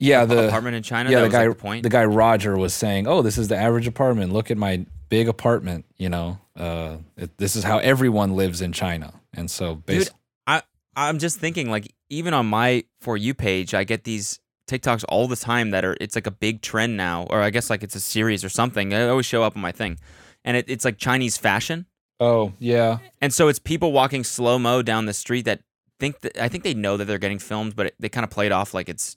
S2: yeah, the
S1: apartment in China.
S2: Yeah,
S1: that
S2: the
S1: was,
S2: guy,
S1: like, the point.
S2: guy Roger was saying, "Oh, this is the average apartment. Look at my big apartment. You know, uh, it, this is how everyone lives in China." And so,
S1: Dude,
S2: based,
S1: I I'm just thinking like even on my for you page, I get these TikToks all the time that are it's like a big trend now, or I guess like it's a series or something. They always show up on my thing, and it, it's like Chinese fashion,
S2: oh yeah,
S1: and so it's people walking slow mo down the street that think that I think they know that they're getting filmed, but it, they kind of play it off like it's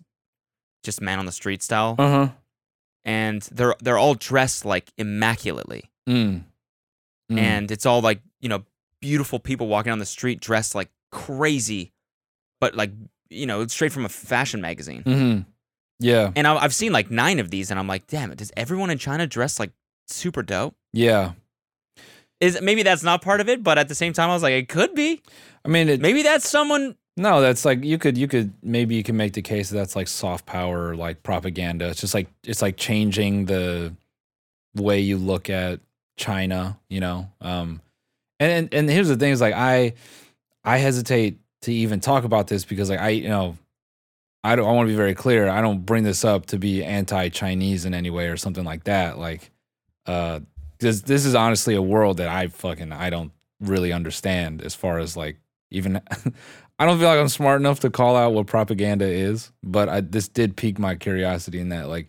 S1: just man on the street style,
S2: Uh-huh.
S1: and they're they're all dressed like immaculately
S2: Mm. Mm.
S1: and it's all like you know beautiful people walking on the street dressed like crazy but like you know it's straight from a fashion magazine
S2: Mhm. yeah,
S1: and I- i've seen like nine of these and i'm like damn it does everyone in china dress like super dope
S2: yeah,
S1: is maybe that's not part of it but at the same time i was like it could be
S2: I mean, it,
S1: maybe that's someone.
S2: No, that's like you could you could maybe you can make the case that that's like soft power, like propaganda. It's just like it's like changing the way you look at China, you know. Um, and and here's the thing: is like I I hesitate to even talk about this because like I you know I don't I want to be very clear. I don't bring this up to be anti-Chinese in any way or something like that. Like uh this this is honestly a world that I fucking I don't really understand as far as like even I don't feel like I'm smart enough to call out what propaganda is, but I this did pique my curiosity in that like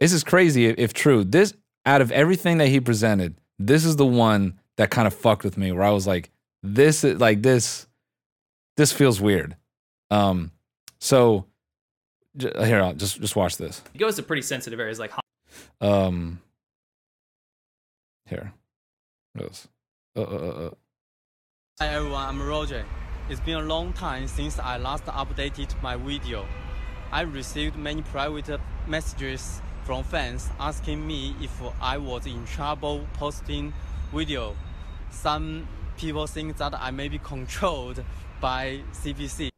S2: this is crazy if, if true. This out of everything that he presented, this is the one that kind of fucked with me where I was like this is like this this feels weird. Um so j- here I'll just just watch this.
S12: It goes to pretty sensitive areas like
S2: Um, here. What else? Uh, uh, uh, uh.
S13: Hi everyone, I'm Roger. It's been a long time since I last updated my video. I received many private messages from fans asking me if I was in trouble posting video. Some people think that I may be controlled by CPC.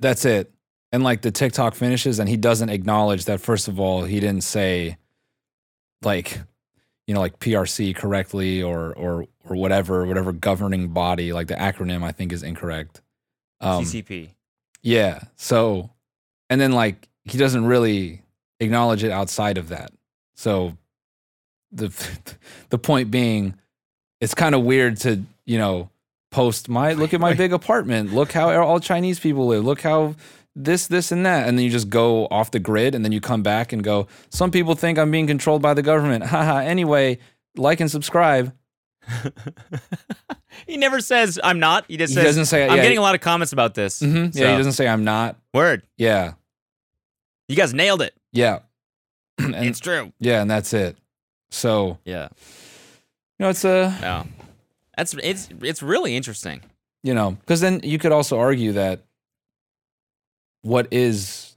S2: That's it. And like the TikTok finishes, and he doesn't acknowledge that. First of all, he didn't say, like, you know, like PRC correctly or or or whatever, whatever governing body. Like the acronym, I think is incorrect. Um,
S1: ccp
S2: Yeah. So, and then like he doesn't really acknowledge it outside of that. So, the the point being, it's kind of weird to you know post my look at my big apartment. Look how all Chinese people live. Look how this this and that, and then you just go off the grid, and then you come back and go. Some people think I'm being controlled by the government. Haha. anyway, like and subscribe.
S1: he never says i'm not he just
S2: He
S1: says
S2: doesn't say-
S1: i'm
S2: yeah,
S1: getting
S2: he-
S1: a lot of comments about this
S2: Mhm. Yeah, he
S1: So-
S2: doesn't say I'm not.
S1: Word.
S2: Yeah.
S1: You guys nailed it.
S2: Yeah.
S1: it's true.
S2: Yeah, and that's it. So
S1: yeah,
S2: you know, it's a
S1: yeah. That's it's it's really interesting.
S2: you know, because then you could also argue that what is,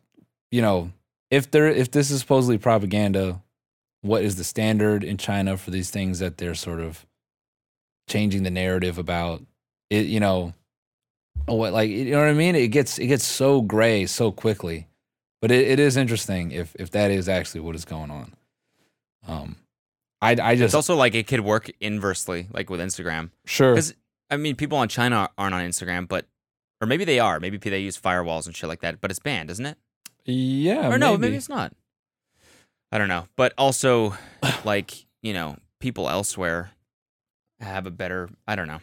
S2: you know, if there if this is supposedly propaganda, what is the standard in China for these things that they're sort of changing the narrative about? It, you know, oh, what like you know what I mean? It gets it gets so gray so quickly, but it, it is interesting if if that is actually what is going on. Um, I I
S1: it's
S2: just
S1: also like it could work inversely, like with Instagram.
S2: Sure.
S1: Because I mean, people on China aren't on Instagram, but or maybe they are. Maybe they use firewalls and shit like that. But it's banned, isn't it?
S2: yeah
S1: or no, maybe it's not. I don't know. But also, like you know, people elsewhere have a better. I don't know.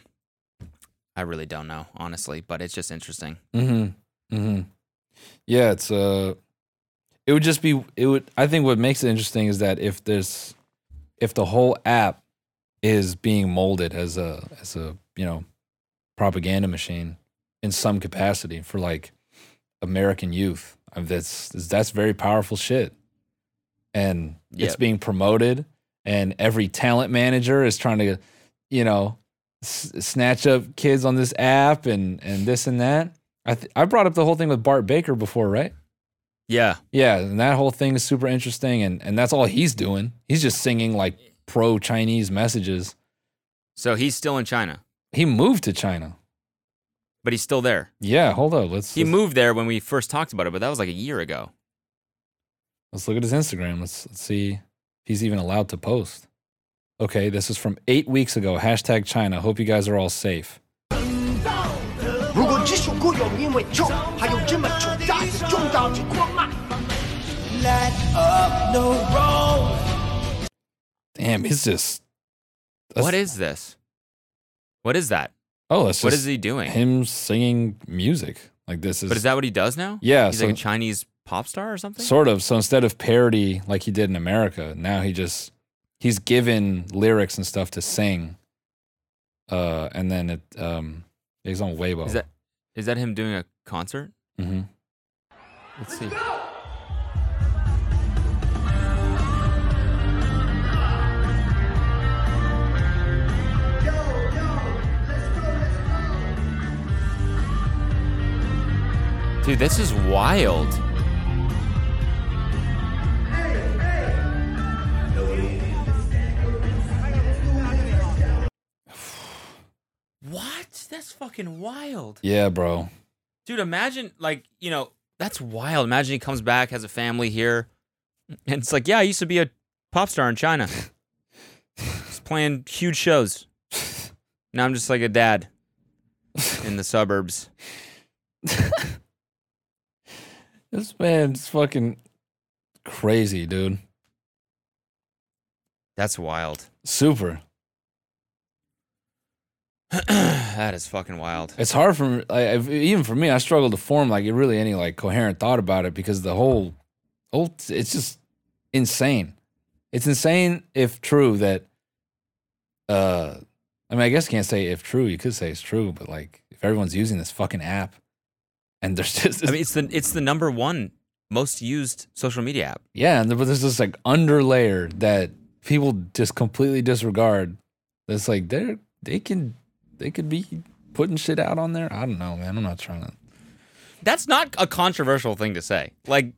S1: I really don't know, honestly. But it's just interesting.
S2: Mm-hmm. Mm-hmm. Yeah, it's uh it would just be it would I think what makes it interesting is that if there's if the whole app is being molded as a as a, you know, propaganda machine in some capacity for like American youth. I mean, that's that's very powerful shit. And it's
S1: Yep.
S2: being promoted and every talent manager is trying to, you know, s- snatch up kids on this app and and this and that. I th- I brought up the whole thing with Bart Baker before, right?
S1: Yeah.
S2: Yeah, and that whole thing is super interesting, and and that's all he's doing. He's just singing like pro Chinese messages.
S1: So he's still in China,
S2: He moved to China.
S1: but he's still there.
S2: Yeah, hold up. Let's
S1: He
S2: let's,
S1: moved there when we first talked about it, but that was like a year ago.
S2: let's look at his Instagram. Let's let's see if he's even allowed to post. Okay, this is from eight weeks ago. Hashtag China. Hope you guys are all safe.
S14: 如果这首歌有因为臭还有这么丑大肆中到你光骂。Let up the road。
S2: Damn, he's just
S1: what is this? What is that?
S2: oh, that's
S1: What
S2: just
S1: is he doing?
S2: Him singing music like this is.
S1: But is that what he does now?
S2: Yeah,
S1: he's like a
S2: so-
S1: Chinese pop star or something.
S2: Sort of. So instead of parody like he did in America, now he just he's given lyrics and stuff to sing. Uh, and then it um, he's on Weibo.
S1: Is that is that him doing a concert?
S2: hmm
S1: Let's see. Dude, this is wild. What? That's fucking wild.
S2: Yeah, bro.
S1: Dude, imagine like, you know, that's wild. Imagine he comes back, has a family here, and it's like, yeah, I used to be a pop star in China. just playing huge shows. Now I'm just like a dad in the suburbs.
S2: This man's fucking crazy, dude.
S1: That's wild.
S2: Super.
S1: That is fucking wild.
S2: It's hard for me, like, if- even for me. I struggle to form like really any like coherent thought about it because the whole, whole it's just insane. It's insane if true that. Uh, I mean, I guess you can't say if true. You could say it's true, but like if everyone's using this fucking app, and there's just
S1: I mean, it's the it's the number one most used social media app.
S2: yeah, and there- but there's this like underlayer that people just completely disregard. That's like they're they can they could be putting shit out on there. I don't know, man. I'm not trying to.
S1: That's not a controversial thing to say. Like,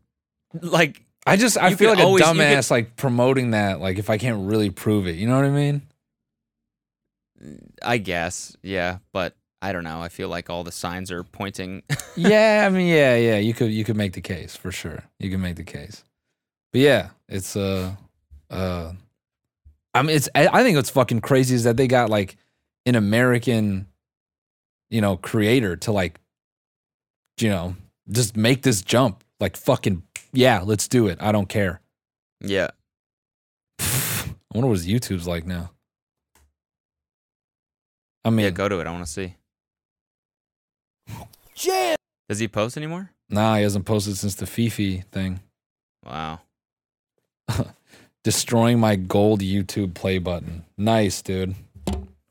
S1: like
S2: I just I
S1: you
S2: feel
S1: could
S2: like a
S1: always- you could-
S2: dumbass like promoting that like if I can't really prove it, you know what I mean?
S1: I guess, yeah, but I don't know. I feel like all the signs are pointing.
S2: yeah, I mean, yeah, yeah. You could you could make the case for sure. You can make the case, but yeah, it's uh, uh, I mean, it's I I think what's fucking crazy is that they got like an American, you know, creator to like, you know, just make this jump. Like fucking yeah, let's do it. I don't care.
S1: yeah,
S2: I wonder what his YouTube's like now. I mean,
S1: yeah. Go to it. I want to see.
S14: Yeah.
S1: Does he post anymore?
S2: Nah, he hasn't posted since the Fifi thing.
S1: Wow.
S2: Destroying my gold YouTube play button. Nice, dude.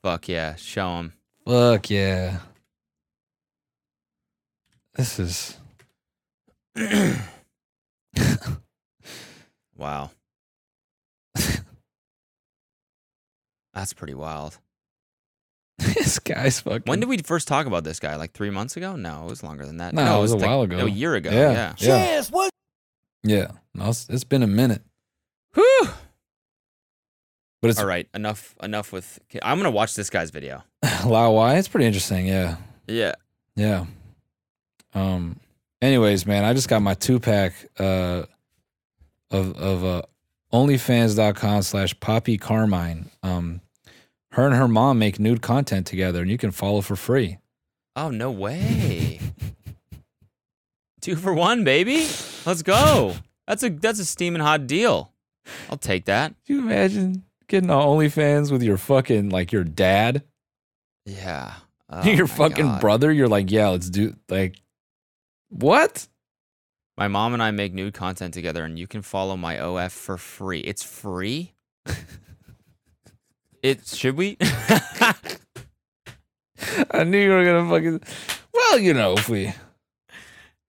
S1: Fuck yeah. Show him.
S2: Fuck yeah. This is
S1: Wow. That's pretty wild.
S2: this guy's fucking.
S1: When did we first talk about this guy? Like three months ago? No, it was longer than that.
S2: No, it was a while ago.
S1: No, a year ago.
S2: Yeah,
S1: Yeah.
S2: yeah. Yes,
S14: what?
S2: Yeah. No, it's, it's been a minute.
S1: Whew.
S2: But it's-
S1: all right. Enough. Enough with. I'm gonna watch this guy's video.
S2: Lao Wai, it's pretty interesting. Yeah.
S1: Yeah.
S2: Yeah. Um. Anyways, man, I just got my two pack uh, of of uh, OnlyFans.com slash Poppy Carmine. Um, her and her mom make nude content together, and you can follow for free.
S1: Oh no way. Two for one, baby. Let's go. That's a that's a steaming hot deal. I'll take that.
S2: Can you imagine getting on OnlyFans with your fucking like your dad,
S1: Yeah. Oh
S2: your
S1: my
S2: fucking
S1: God.
S2: brother? You're like, yeah, let's do like what?
S1: My mom and I make nude content together, and you can follow my OF for free. It's free. it should we?
S2: I knew you were gonna fucking. Well, you know, if we,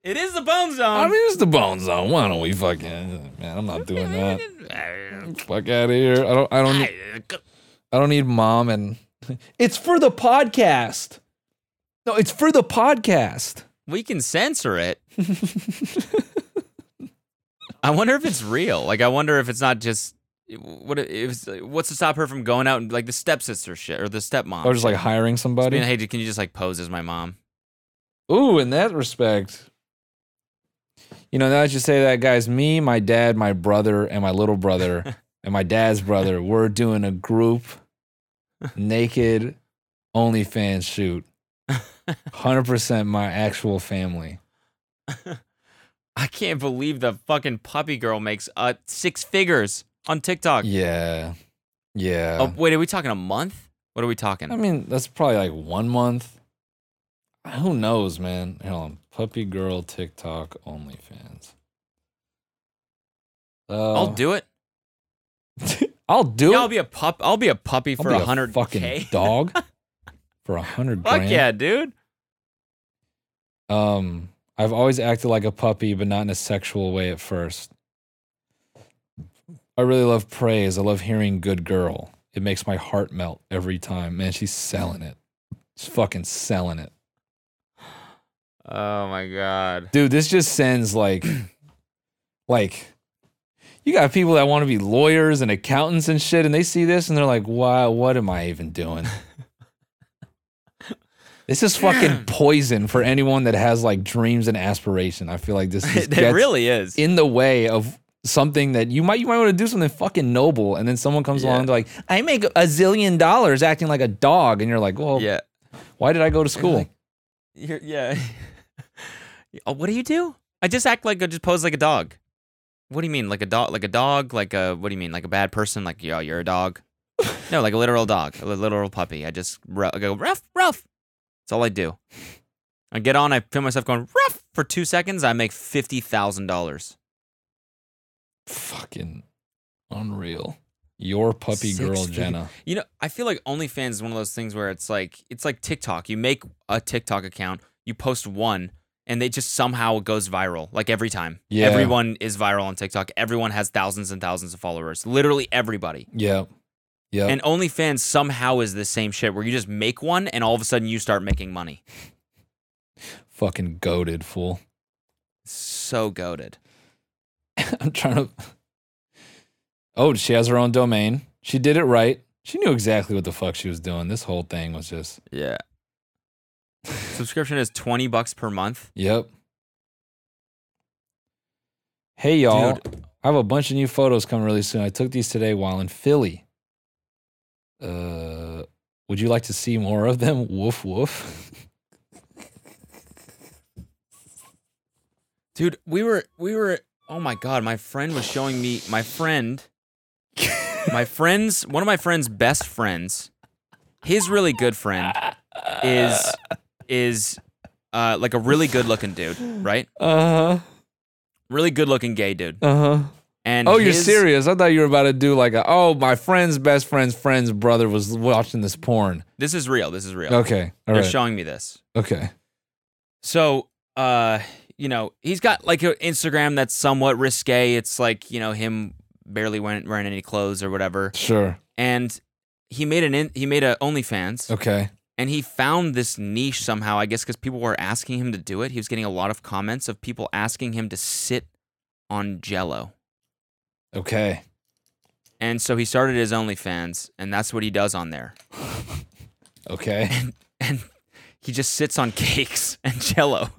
S1: it is the bone zone.
S2: I mean, it's the bone zone. Why don't we fucking? Man, I'm not doing that.
S1: Uh,
S2: Fuck out of here. I don't. I don't. Need, I don't need mom and. It's for the podcast. No, it's for the podcast.
S1: we can censor it. I wonder if it's real. Like, I wonder if it's not just what if what's to stop her from going out and like the stepsister shit or the stepmom
S2: Or just like
S1: shit?
S2: hiring
S1: Just being,
S2: somebody.
S1: hey, dude, can you just like pose as my mom?
S2: Ooh, in that respect. You know, now that you say that, guys, me, my dad, my brother, and my little brother, and my dad's brother, we're doing a group naked OnlyFans shoot. 100% my actual family.
S1: I can't believe the fucking puppy girl makes uh six figures on TikTok.
S2: Yeah. Yeah.
S1: Oh, wait, are we talking a month? What are we talking?
S2: I mean, that's probably like one month. Who knows, man? Hold on. Puppy girl TikTok OnlyFans. Uh,
S1: I'll do it.
S2: I'll do
S1: yeah,
S2: it.
S1: I'll be a pup. I'll be a puppy
S2: I'll
S1: for
S2: be
S1: a hundred
S2: fucking
S1: k.
S2: dog for a hundred
S1: Fuck
S2: grand.
S1: yeah, dude.
S2: Um, I've always acted like a puppy, but not in a sexual way at first. I really love praise. I love hearing "good girl." It makes my heart melt every time. Man, she's selling it. She's fucking selling it.
S1: Oh my god.
S2: dude this just sends like like you got people that want to be lawyers and accountants and shit and they see this and they're like wow what am i even doing this is fucking poison for anyone that has like dreams and aspiration i feel like this just
S1: It
S2: gets
S1: really is.
S2: in the way of something that you might you might want to do something fucking noble and then someone comes along and they're like i make a zillion dollars acting like a dog and you're like well
S1: yeah
S2: why did i go to school
S1: You're, yeah. Oh, what do you do? I just act like I just pose like a dog. What do you mean, like a dog? Like a dog? Like a what do you mean, like a bad person? Like yo, you're a dog? no, like a literal dog, a literal puppy. I just ru- I go ruff ruff. That's all I do. I get on, I feel myself going ruff for two seconds. I make fifty thousand dollars.
S2: fucking unreal your puppy
S1: Six
S2: girl
S1: figure-
S2: jenna
S1: You know, I feel like OnlyFans is one of those things where it's like it's like TikTok. You make a TikTok account, you post one, and they just somehow it goes viral. Like every time,
S2: Yeah.
S1: everyone is viral on TikTok. Everyone has thousands and thousands of followers. Literally everybody.
S2: Yeah. Yeah.
S1: And OnlyFans somehow is the same shit where you just make one and all of a sudden you start making money.
S2: fucking goaded fool.
S1: So goaded.
S2: I'm trying to Oh, she has her own domain. She did it right. She knew exactly what the fuck she was doing. This whole thing was just
S1: Yeah. Subscription is twenty bucks per month.
S2: Yep. Hey y'all. I have a bunch of new photos coming really soon. I took these today while in Philly. Uh would you like to see more of them? Woof woof.
S1: Dude, we were we were oh my god, my friend was showing me my friend my friend's one of my friend's best friends, his really good friend is is uh like a really good looking dude, right?
S2: Uh-huh.
S1: Really good looking gay dude.
S2: Uh-huh.
S1: And
S2: oh, you're
S1: his-
S2: serious? I thought you were about to do like a oh, my friend's best friend's friend's brother was watching this porn.
S1: This is real. This is real.
S2: Okay, all
S1: They're
S2: right.
S1: showing me this.
S2: Okay.
S1: So, uh, you know, he's got like an Instagram that's somewhat risque. It's like, you know, him barely went, wearing any clothes or whatever.
S2: Sure.
S1: And he made an in, he made a OnlyFans.
S2: Okay.
S1: And he found this niche somehow, I guess, because people were asking him to do it. He was getting a lot of comments of people asking him to sit on Jello.
S2: Okay.
S1: And so he started his OnlyFans, and that's what he does on there.
S2: Okay.
S1: And, and he just sits on cakes and Jello.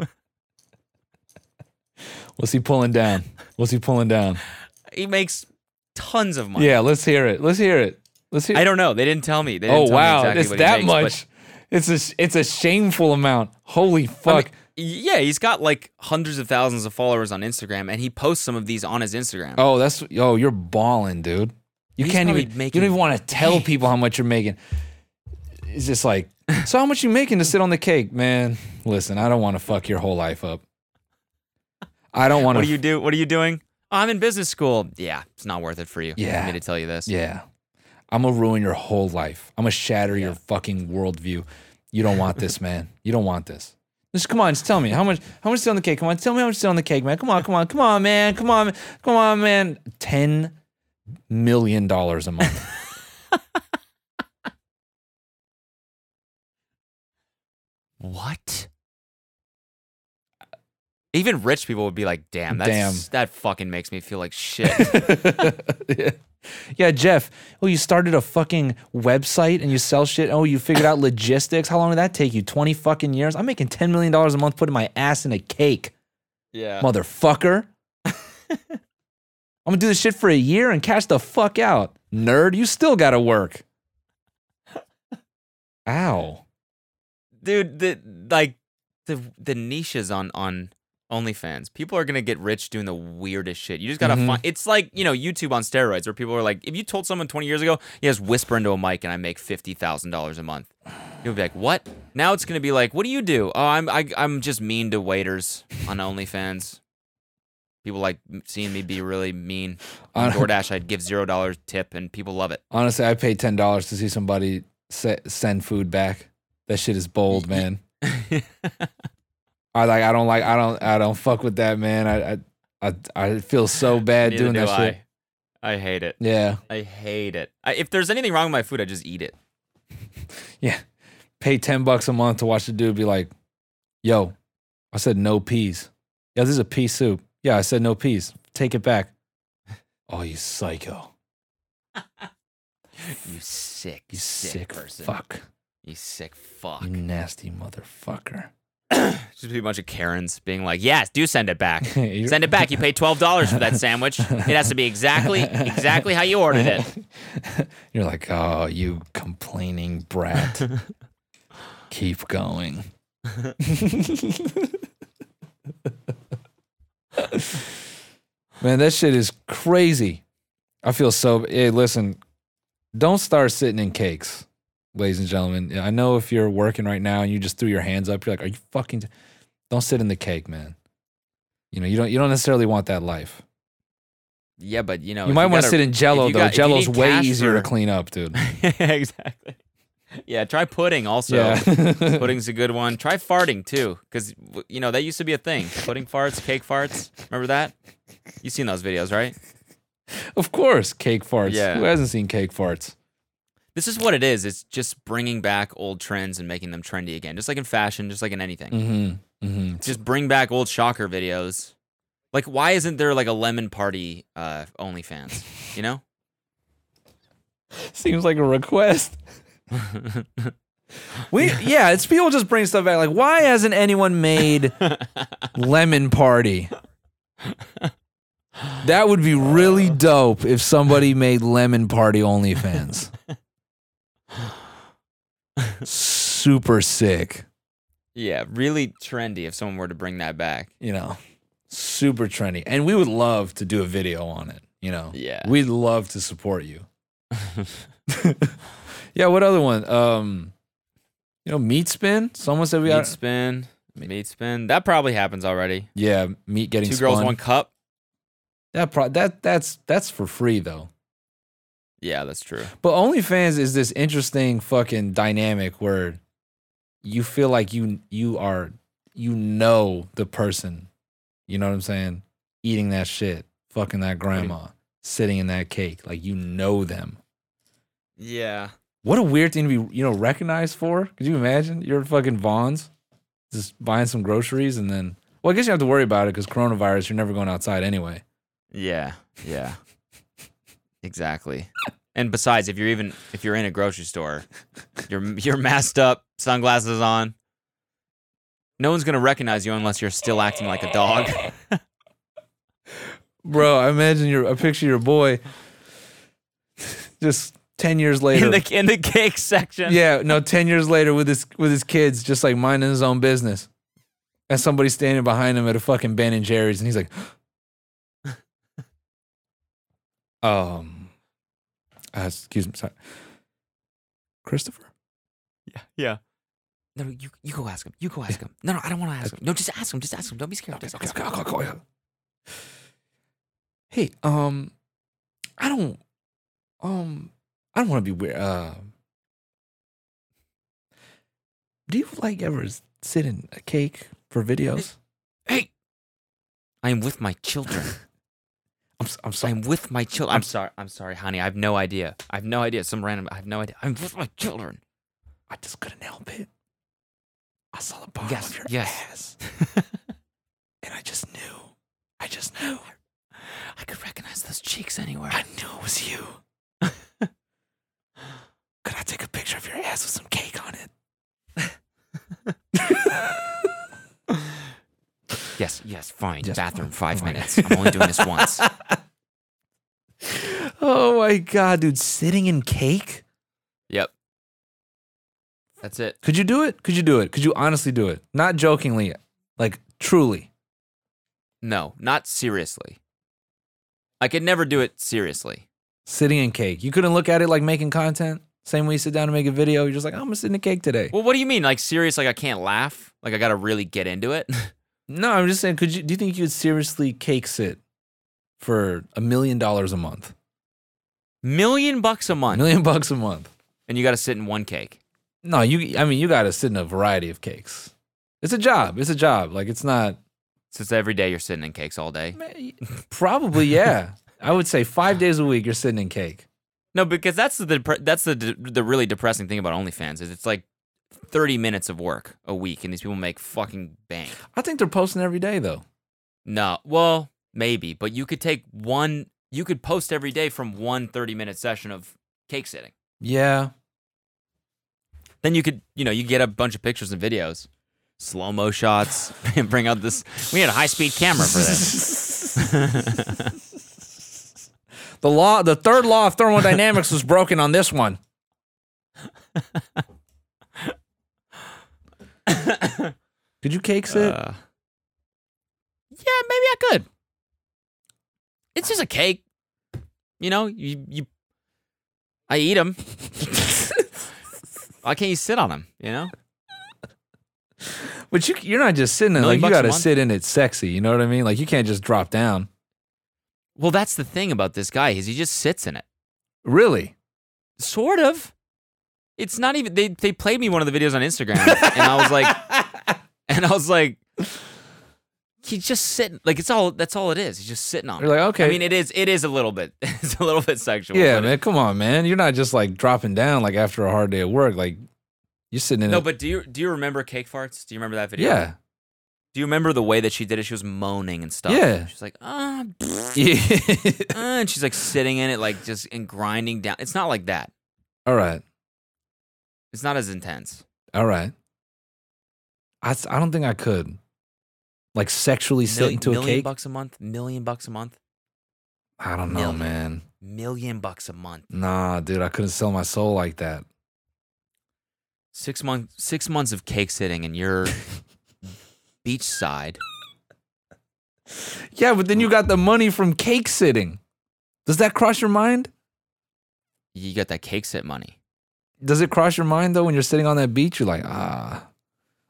S2: What's he pulling down? What's he pulling down?
S1: he makes tons of money.
S2: Yeah, let's hear it. Let's hear it. Let's hear.
S1: I don't know. They didn't tell me. They didn't
S2: oh
S1: tell
S2: wow,
S1: me exactly
S2: it's
S1: what he
S2: that
S1: makes,
S2: much. It's a it's a shameful amount. Holy
S1: but- I
S2: fuck.
S1: mean, yeah, he's got like hundreds of thousands of followers on Instagram, and he posts some of these on his Instagram.
S2: oh, that's oh, you're balling, dude. You
S1: He's
S2: can't
S1: probably
S2: even you
S1: making-
S2: don't even want to tell people how much you're making. It's just like, so how much you making to sit on the cake, man? Listen, I don't want to fuck your whole life up. I don't want
S1: What
S2: to.
S1: do you do? What are you doing? I'm in business school. Yeah, it's not worth it for you.
S2: Yeah.
S1: I need to tell you this.
S2: Yeah. I'm gonna ruin your whole life. I'm gonna shatter your fucking worldview. You don't want this, man. You don't want this. Just come on, just tell me how much how much is still on the cake. Come on, tell me how much is still on the cake, man. Come on, come on, come on, man. Come on, come on, man. Ten million dollars a month.
S1: What? Even rich people would be like, "Damn, that's,
S2: Damn.
S1: that fucking makes me feel like shit."
S2: yeah, Jeff. Oh, you started a fucking website and you sell shit. Oh, you figured out logistics. How long did that take you? Twenty fucking years. I'm making ten million dollars a month putting my ass in a cake.
S1: yeah.
S2: motherfucker. I'm gonna do this shit for a year and cash the fuck out. Nerd, you still gotta work. Ow.
S1: dude the like the the niches on on OnlyFans. People are gonna get rich doing the weirdest shit. You just gotta
S2: Mhm.
S1: find. It's like you know YouTube on steroids, where people are like, if you told someone 20 years ago, "Yeah, just whisper into a mic and I make fifty thousand dollars a month," you'll be like, "What?" Now it's gonna be like, "What do you do?" Oh, I'm I, I'm just mean to waiters on OnlyFans. People like m- seeing me be really mean. On
S2: Hon-
S1: DoorDash, I'd give zero dollars tip, and people love it.
S2: Honestly, I paid ten dollars to see somebody se- send food back. That shit is bold, man. I like. I don't like. I don't. I don't fuck with that, man. I. I. I, I feel so bad
S1: Neither
S2: doing
S1: do
S2: that shit.
S1: I. I hate it.
S2: Yeah.
S1: I hate it. I, if there's anything wrong with my food, I just eat it.
S2: Yeah. Pay 10 bucks a month to watch the dude be like, yo, I said no peas. Yeah, this is a pea soup. Yeah, I said no peas. Take it back. Oh, you psycho.
S1: You sick,
S2: You
S1: sick,
S2: sick
S1: person.
S2: fuck.
S1: You sick fuck.
S2: You nasty motherfucker.
S1: Just be a bunch of Karens being like, yes, do send it back.
S2: You're-
S1: send it back. You paid $12 for that sandwich. It has to be exactly, exactly how you ordered it.
S2: You're like, oh, you complaining brat. Keep going. Man, that shit is crazy. I feel so. Hey, listen, don't start sitting in cakes, ladies and gentlemen. I know if you're working right now and you just threw your hands up, you're like, are you fucking. Don't sit in the cake, man. You know, you don't, you don't necessarily want that life.
S1: Yeah, but you know,
S2: you
S1: Oh, if
S2: might want
S1: gotta-
S2: to sit in jello,
S1: if you
S2: though.
S1: got- if you
S2: Jello's
S1: need
S2: way
S1: cash
S2: easier to
S1: for-
S2: clean up, dude.
S1: exactly. Yeah, try pudding also.
S2: Yeah.
S1: Pudding's a good one. Try farting too, because you know that used to be a thing. Pudding farts, cake farts. Remember that? You've seen those videos, right?
S2: Of course, cake farts.
S1: Yeah.
S2: Who hasn't seen cake farts?
S1: This is what it is. It's just bringing back old trends and making them trendy again, just like in fashion, just like in anything.
S2: Mm-hmm. Mm-hmm.
S1: Just bring back old shocker videos. Like, why isn't there like a lemon party uh, OnlyFans? You know?
S2: Seems like a request. we yeah, it's people just bring stuff back. Like, why hasn't anyone made lemon party? That would be really
S1: Uh.
S2: dope if somebody made lemon party OnlyFans. Super sick,
S1: Yeah, really trendy. If someone were to bring that back,
S2: you know. Super trendy. And we would love to do a video on it, you know.
S1: Yeah.
S2: We'd love to support you. yeah, what other one? Um you know, meat spin? Someone said we
S1: meat
S2: got
S1: spin, meat spin. That probably happens already.
S2: Yeah, meat getting
S1: Two girls,
S2: spun.
S1: one cup.
S2: That pro- that that's that's for free though.
S1: Yeah, that's true.
S2: But OnlyFans is this interesting fucking dynamic where you feel like you you are you know the person, you know what I'm saying, eating that shit, fucking that grandma, sitting in that cake. Like you know them.
S1: Yeah.
S2: What a weird thing to be, you know, recognized for. Could you imagine? You're at fucking Vaughn's, just buying some groceries, and then, well, I guess you don't have to worry about it because coronavirus, you're never going outside anyway.
S1: Yeah. Yeah. exactly. And besides, if you're even if you're in a grocery store, you're you're masked up, sunglasses on. No one's gonna recognize you unless you're still acting like a dog.
S2: Bro, I imagine your I picture your boy just ten years later.
S1: in the in the cake section.
S2: yeah, no, ten years later with his with his kids, just like minding his own business. And somebody's standing behind him at a fucking Ben and Jerry's and he's like Um uh, excuse me, sorry. Christopher?
S1: Yeah. Yeah. No, you you go ask him. You go ask him. No, no, I don't want to ask him. No, just ask him. Just ask him. Don't be scared. Just ask him.
S2: Hey, um I don't um I don't wanna be weird. Uh do you like ever sit in a cake for videos?
S1: I am with my children.
S2: I'm, s- Oh. I'm sorry.
S1: I'm with my children. I'm, sorry. I'm sorry, honey. I have no idea. I have no idea. Some random. I have no idea. I'm with my children.
S2: I just couldn't help it. I saw the bottom
S1: Yes.
S2: of your
S1: Yes.
S2: ass. and I just knew. I just knew.
S1: I could recognize those cheeks anywhere.
S2: I knew it was you. Could I take a picture of your ass with some cake on it?
S1: Yes. Yes. Fine.
S2: Yes,
S1: Bathroom.
S2: fine,
S1: Five
S2: fine.
S1: minutes. I'm only doing this once.
S2: Oh my god, dude, sitting in cake?
S1: Yep. That's it.
S2: Could you do it? Could you do it? Could you honestly do it? Not jokingly, like truly.
S1: No, not seriously. I could never do it seriously.
S2: Sitting in cake. You couldn't look at it like making content. Same way you sit down to make a video, you're just like, I'm gonna sit in a cake today.
S1: Well, what do you mean? Like serious? Like I can't laugh? Like I gotta really get into it?
S2: No, I'm just saying, could you do you think you would seriously cake sit for a million dollars a month?
S1: Million bucks a
S2: A
S1: month,
S2: million bucks a month.
S1: and you gotta sit in one cake.
S2: No, you I mean you gotta sit in a variety of cakes. It's a job. It's a job. Like it's not
S1: So it's every day you're sitting in cakes all day.
S2: probably, yeah. I would say five days a week you're sitting in cake.
S1: No, because that's the depre- that's the de- the really depressing thing about OnlyFans is it's like thirty minutes of work a week, and these people make fucking bank.
S2: I think they're posting every day though.
S1: No, well, maybe, but you could take one. You could post every day from one 30 minute session of cake sitting.
S2: Yeah.
S1: Then you could, you know, you get a bunch of pictures and videos, slow mo shots, and bring out this. We had a high speed camera for this.
S2: The law the third law of thermodynamics was broken on this one. Could you cake sit?
S1: Uh, yeah, maybe I could. It's just a cake. You know, you you I eat them. Why can't you sit on them, you know?
S2: but you you're not just sitting in it,
S1: Million
S2: like you
S1: bucks a
S2: gotta
S1: month?
S2: sit in it sexy, you know what I mean? Like you can't just drop down.
S1: Well, that's the thing about this guy is he just sits in it.
S2: Really?
S1: Sort of. It's not even they they played me one of the videos on Instagram and I was like and I was like he's just sitting like it's all that's all it is. He's just sitting on
S2: You're
S1: it.
S2: like, okay.
S1: I mean it is it is a little bit it's a little bit sexual.
S2: Yeah,
S1: but it-
S2: man. Come on, man. You're not just like dropping down like after a hard day at work. Like you're sitting in
S1: No,
S2: it.
S1: but do you do you remember cake farts? Do you remember that video?
S2: yeah.
S1: Do you remember the way that she did it? She was moaning and stuff.
S2: Yeah.
S1: She's like, ah,
S2: Yeah.
S1: uh, and she's like sitting in it, like just and grinding down. It's not like that.
S2: All right.
S1: It's not as intense.
S2: All right. I, s- I don't think I could. Like sexually sit
S1: Mil-
S2: into a
S1: million
S2: cake.
S1: bucks a month. Million bucks a month.
S2: I don't know,
S1: Million.
S2: man.
S1: Million bucks a month.
S2: Nah, dude, I couldn't sell my soul like that.
S1: Six months. Six months of cake sitting, and you're beachside.
S2: Yeah, but then you
S1: Mm.
S2: got the money from cake sitting. Does that cross your mind?
S1: You got that cake sit money.
S2: Does it cross your mind though when you're sitting on that beach? You're like, ah.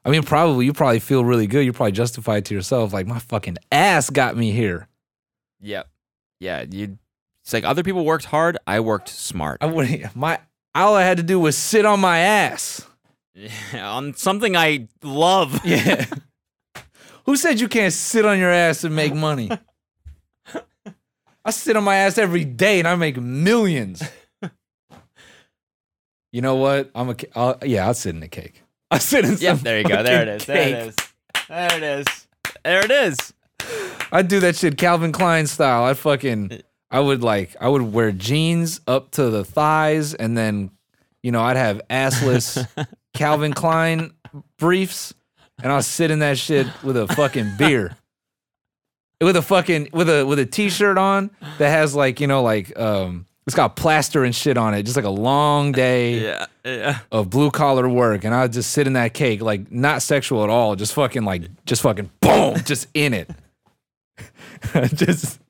S2: I mean, probably you probably feel really good. You probably justify it to yourself, like my fucking ass got me here.
S1: Yep. Yeah. You. It's like other people worked hard. I worked smart
S2: I wouldn't. e, My all I had to do was sit on my ass.
S1: on something I love.
S2: Yeah. Who said you can't sit on your ass and make money? I sit on my ass every day and I make millions. you know what? I'm a ca- I'll, yeah. I'll sit in a cake. I sit in.
S1: Yeah,
S2: some
S1: there you go. There it
S2: fucking
S1: is. There it
S2: cake.
S1: is. There it is. There it is.
S2: I do that shit Calvin Klein style. I fucking I would like I would wear jeans up to the thighs and then you know I'd have assless Calvin Klein briefs and I'll sit in that shit with a fucking beer. With a fucking with a with a t-shirt on that has like, you know, like um it's got plaster and shit on it, just like a long day
S1: Yeah. Yeah.
S2: of blue collar work, and I would just sit in that cake, like not sexual at all, just fucking like just fucking boom, just in it, just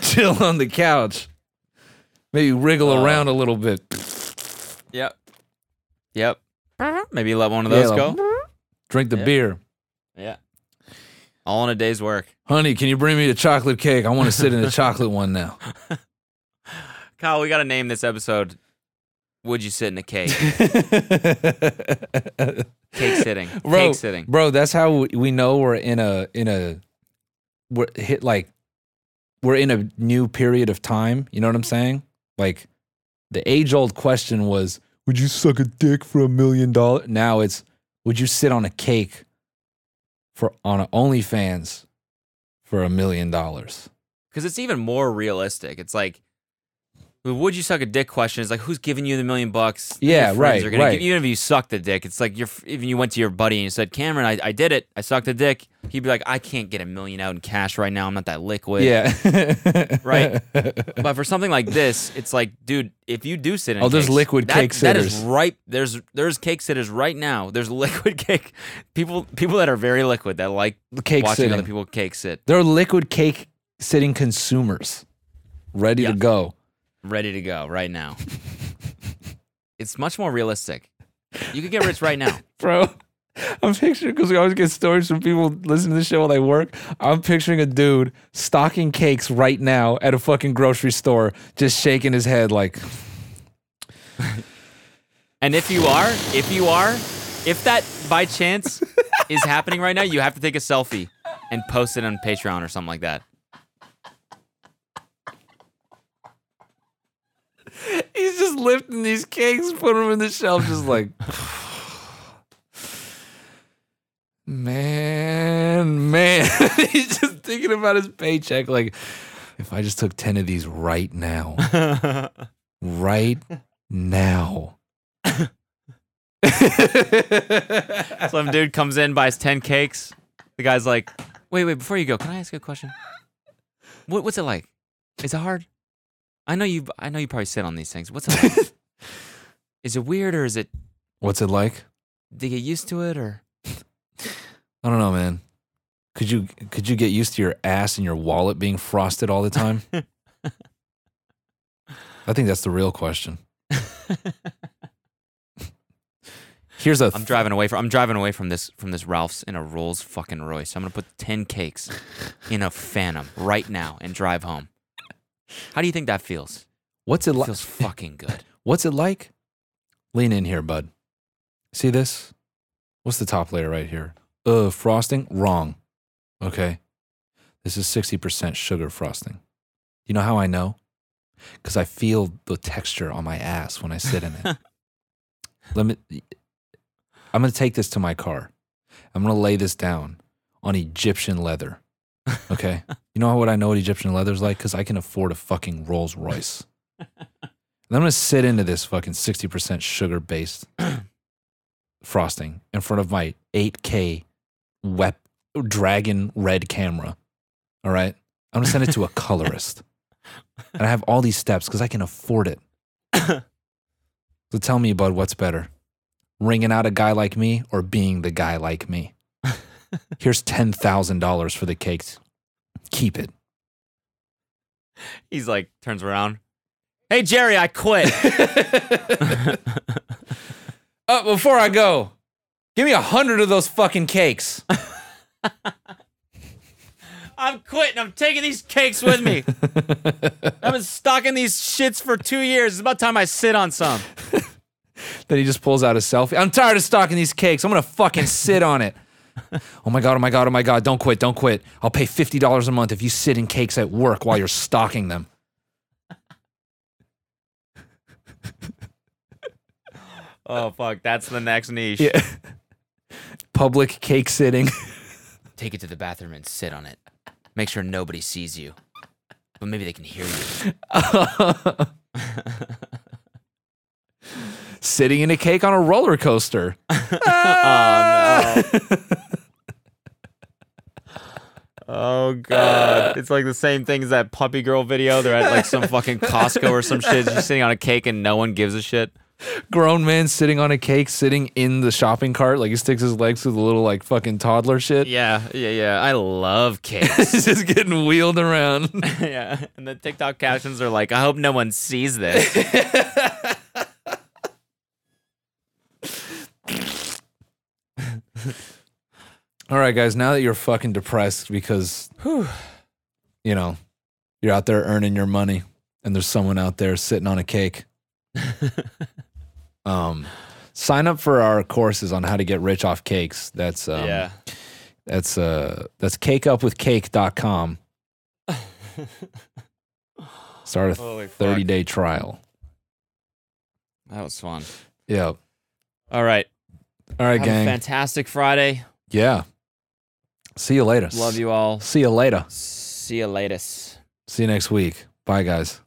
S2: chill on the couch, maybe wriggle
S1: Uh,
S2: around a little bit.
S1: Yep. Yep. Maybe let one of those
S2: Uh-huh. Yeah, like,
S1: go.
S2: Drink the
S1: Yeah.
S2: beer,
S1: Yeah. All in a day's work.
S2: honey. Can you bring me the chocolate cake? I want to sit in the chocolate one now.
S1: Kyle, we got to name this episode. Would you sit in a cake? cake sitting.
S2: bro,
S1: Cake sitting.
S2: Bro, that's how we- we know we're in a in a we're hit like we're in a new period of time. You know what I'm saying? Like the age old question was, would you suck a dick for a million dollars? Now it's would you sit on a cake for on a OnlyFans for a million dollars?
S1: Because it's even more realistic. It's like, the would you suck a dick question is like, who's giving you the million bucks? that
S2: Yeah,
S1: your friends
S2: right,
S1: Are gonna
S2: right.
S1: Give, even if you suck the dick, it's like you're, if you went to your buddy and you said, Cameron, I, I did it. I sucked a dick. He'd be like, I can't get a million out in cash right now. I'm not that liquid.
S2: yeah.
S1: right? but for something like this, it's like, dude, if you do sit in,
S2: Oh, there's
S1: cakes,
S2: liquid
S1: that-
S2: cake
S1: That is
S2: sitters.
S1: right. There's there's cake sitters right now. There's liquid cake people people that are very liquid that like
S2: Cake
S1: watching
S2: sitting.
S1: other people cake sit,
S2: They're liquid cake sitting consumers ready to go.
S1: ready to go right now. it's much more realistic. You could get rich right now.
S2: bro. I'm picturing because we always get stories from people listening to the show while they work. I'm picturing a dude stocking cakes right now at a fucking grocery store, just shaking his head like,
S1: And if you are, if you are, if that by chance is happening right now, you have to take a selfie and post it on Patreon or something like that.
S2: he's just lifting these cakes, putting them in the shelf, just like, man, man. he's just thinking about his paycheck, like, if I just took 10 of these right now, right now.
S1: Some dude comes in, buys 10 cakes. The guy's like, wait, wait, before you go, can I ask you a question? What, what's it like? Is it hard? I know you I know you probably sit on these things. What's it like? is it weird or is it
S2: What's it like?
S1: do you get used to it or
S2: I don't know, man. Could you could you get used to your ass and your wallet being frosted all the time? I think that's the real question. Here's a
S1: I'm driving away from I'm driving away from this from this Ralph's in a Rolls fucking Royce. I'm gonna put 10 cakes in a phantom right now and drive home. How do you think that feels?
S2: what's it like?
S1: feels fucking good.
S2: What's it like? Lean in here, bud. See this? What's the top layer right here? Uh, frosting? Wrong. Okay. This is 60% sugar frosting. You know how I know? Because I feel the texture on my ass when I sit in it. Let me, I'm going to take this to my car. I'm going to lay this down on Egyptian leather. Okay. you know what I know what Egyptian leather's like? Because I can afford a fucking Rolls Royce. And I'm gonna sit into this fucking 60% sugar based frosting in front of my 8K wep- dragon red camera. All right. I'm gonna send it to a colorist. and I have all these steps because I can afford it. so tell me, bud, what's better? Ringing out a guy like me or being the guy like me? Here's $10,000 for the cakes. Keep it.
S1: He's like turns around. Hey Jerry, I quit.
S2: Uh, before I go, give me a hundred of those fucking cakes.
S1: I'm quitting. I'm taking these cakes with me. I've been stocking these shits for two years. It's about time I sit on some.
S2: Then he just pulls out a selfie. I'm tired of stocking these cakes. I'm gonna fucking sit on it. oh my god, oh my god, oh my god, don't quit, don't quit. I'll pay fifty dollars a month if you sit in cakes at work while you're stocking them.
S1: Oh fuck, that's the next niche.
S2: Yeah. Public cake sitting.
S1: Take it to the bathroom and sit on it. Make sure nobody sees you. But maybe they can hear you.
S2: Sitting in a cake on a roller coaster.
S1: oh no. Oh god, it's like the same thing as that puppy girl video. They're at like some fucking Costco or some shit. She's sitting on a cake and no one gives a shit.
S2: Grown man sitting on a cake, sitting in the shopping cart, like he sticks his legs through the little like fucking toddler shit.
S1: Yeah, yeah, yeah. I love cakes.
S2: It's just getting wheeled around.
S1: yeah, and the TikTok captions are like, "I hope no one sees this."
S2: All right, guys, now that you're fucking depressed because you know, you're out there earning your money and there's someone out there sitting on a cake. um sign up for our courses on how to get rich off cakes. That's um
S1: Yeah.
S2: that's uh that's cakeupwithcake.com. Start a
S1: Holy Oh, fuck.
S2: 30 day trial.
S1: That was fun.
S2: Yeah.
S1: All right.
S2: All right,
S1: Have
S2: gang.
S1: A fantastic Friday.
S2: yeah. See you later.
S1: Love you all.
S2: See you later.
S1: See you latest.
S2: See you next week. Bye guys.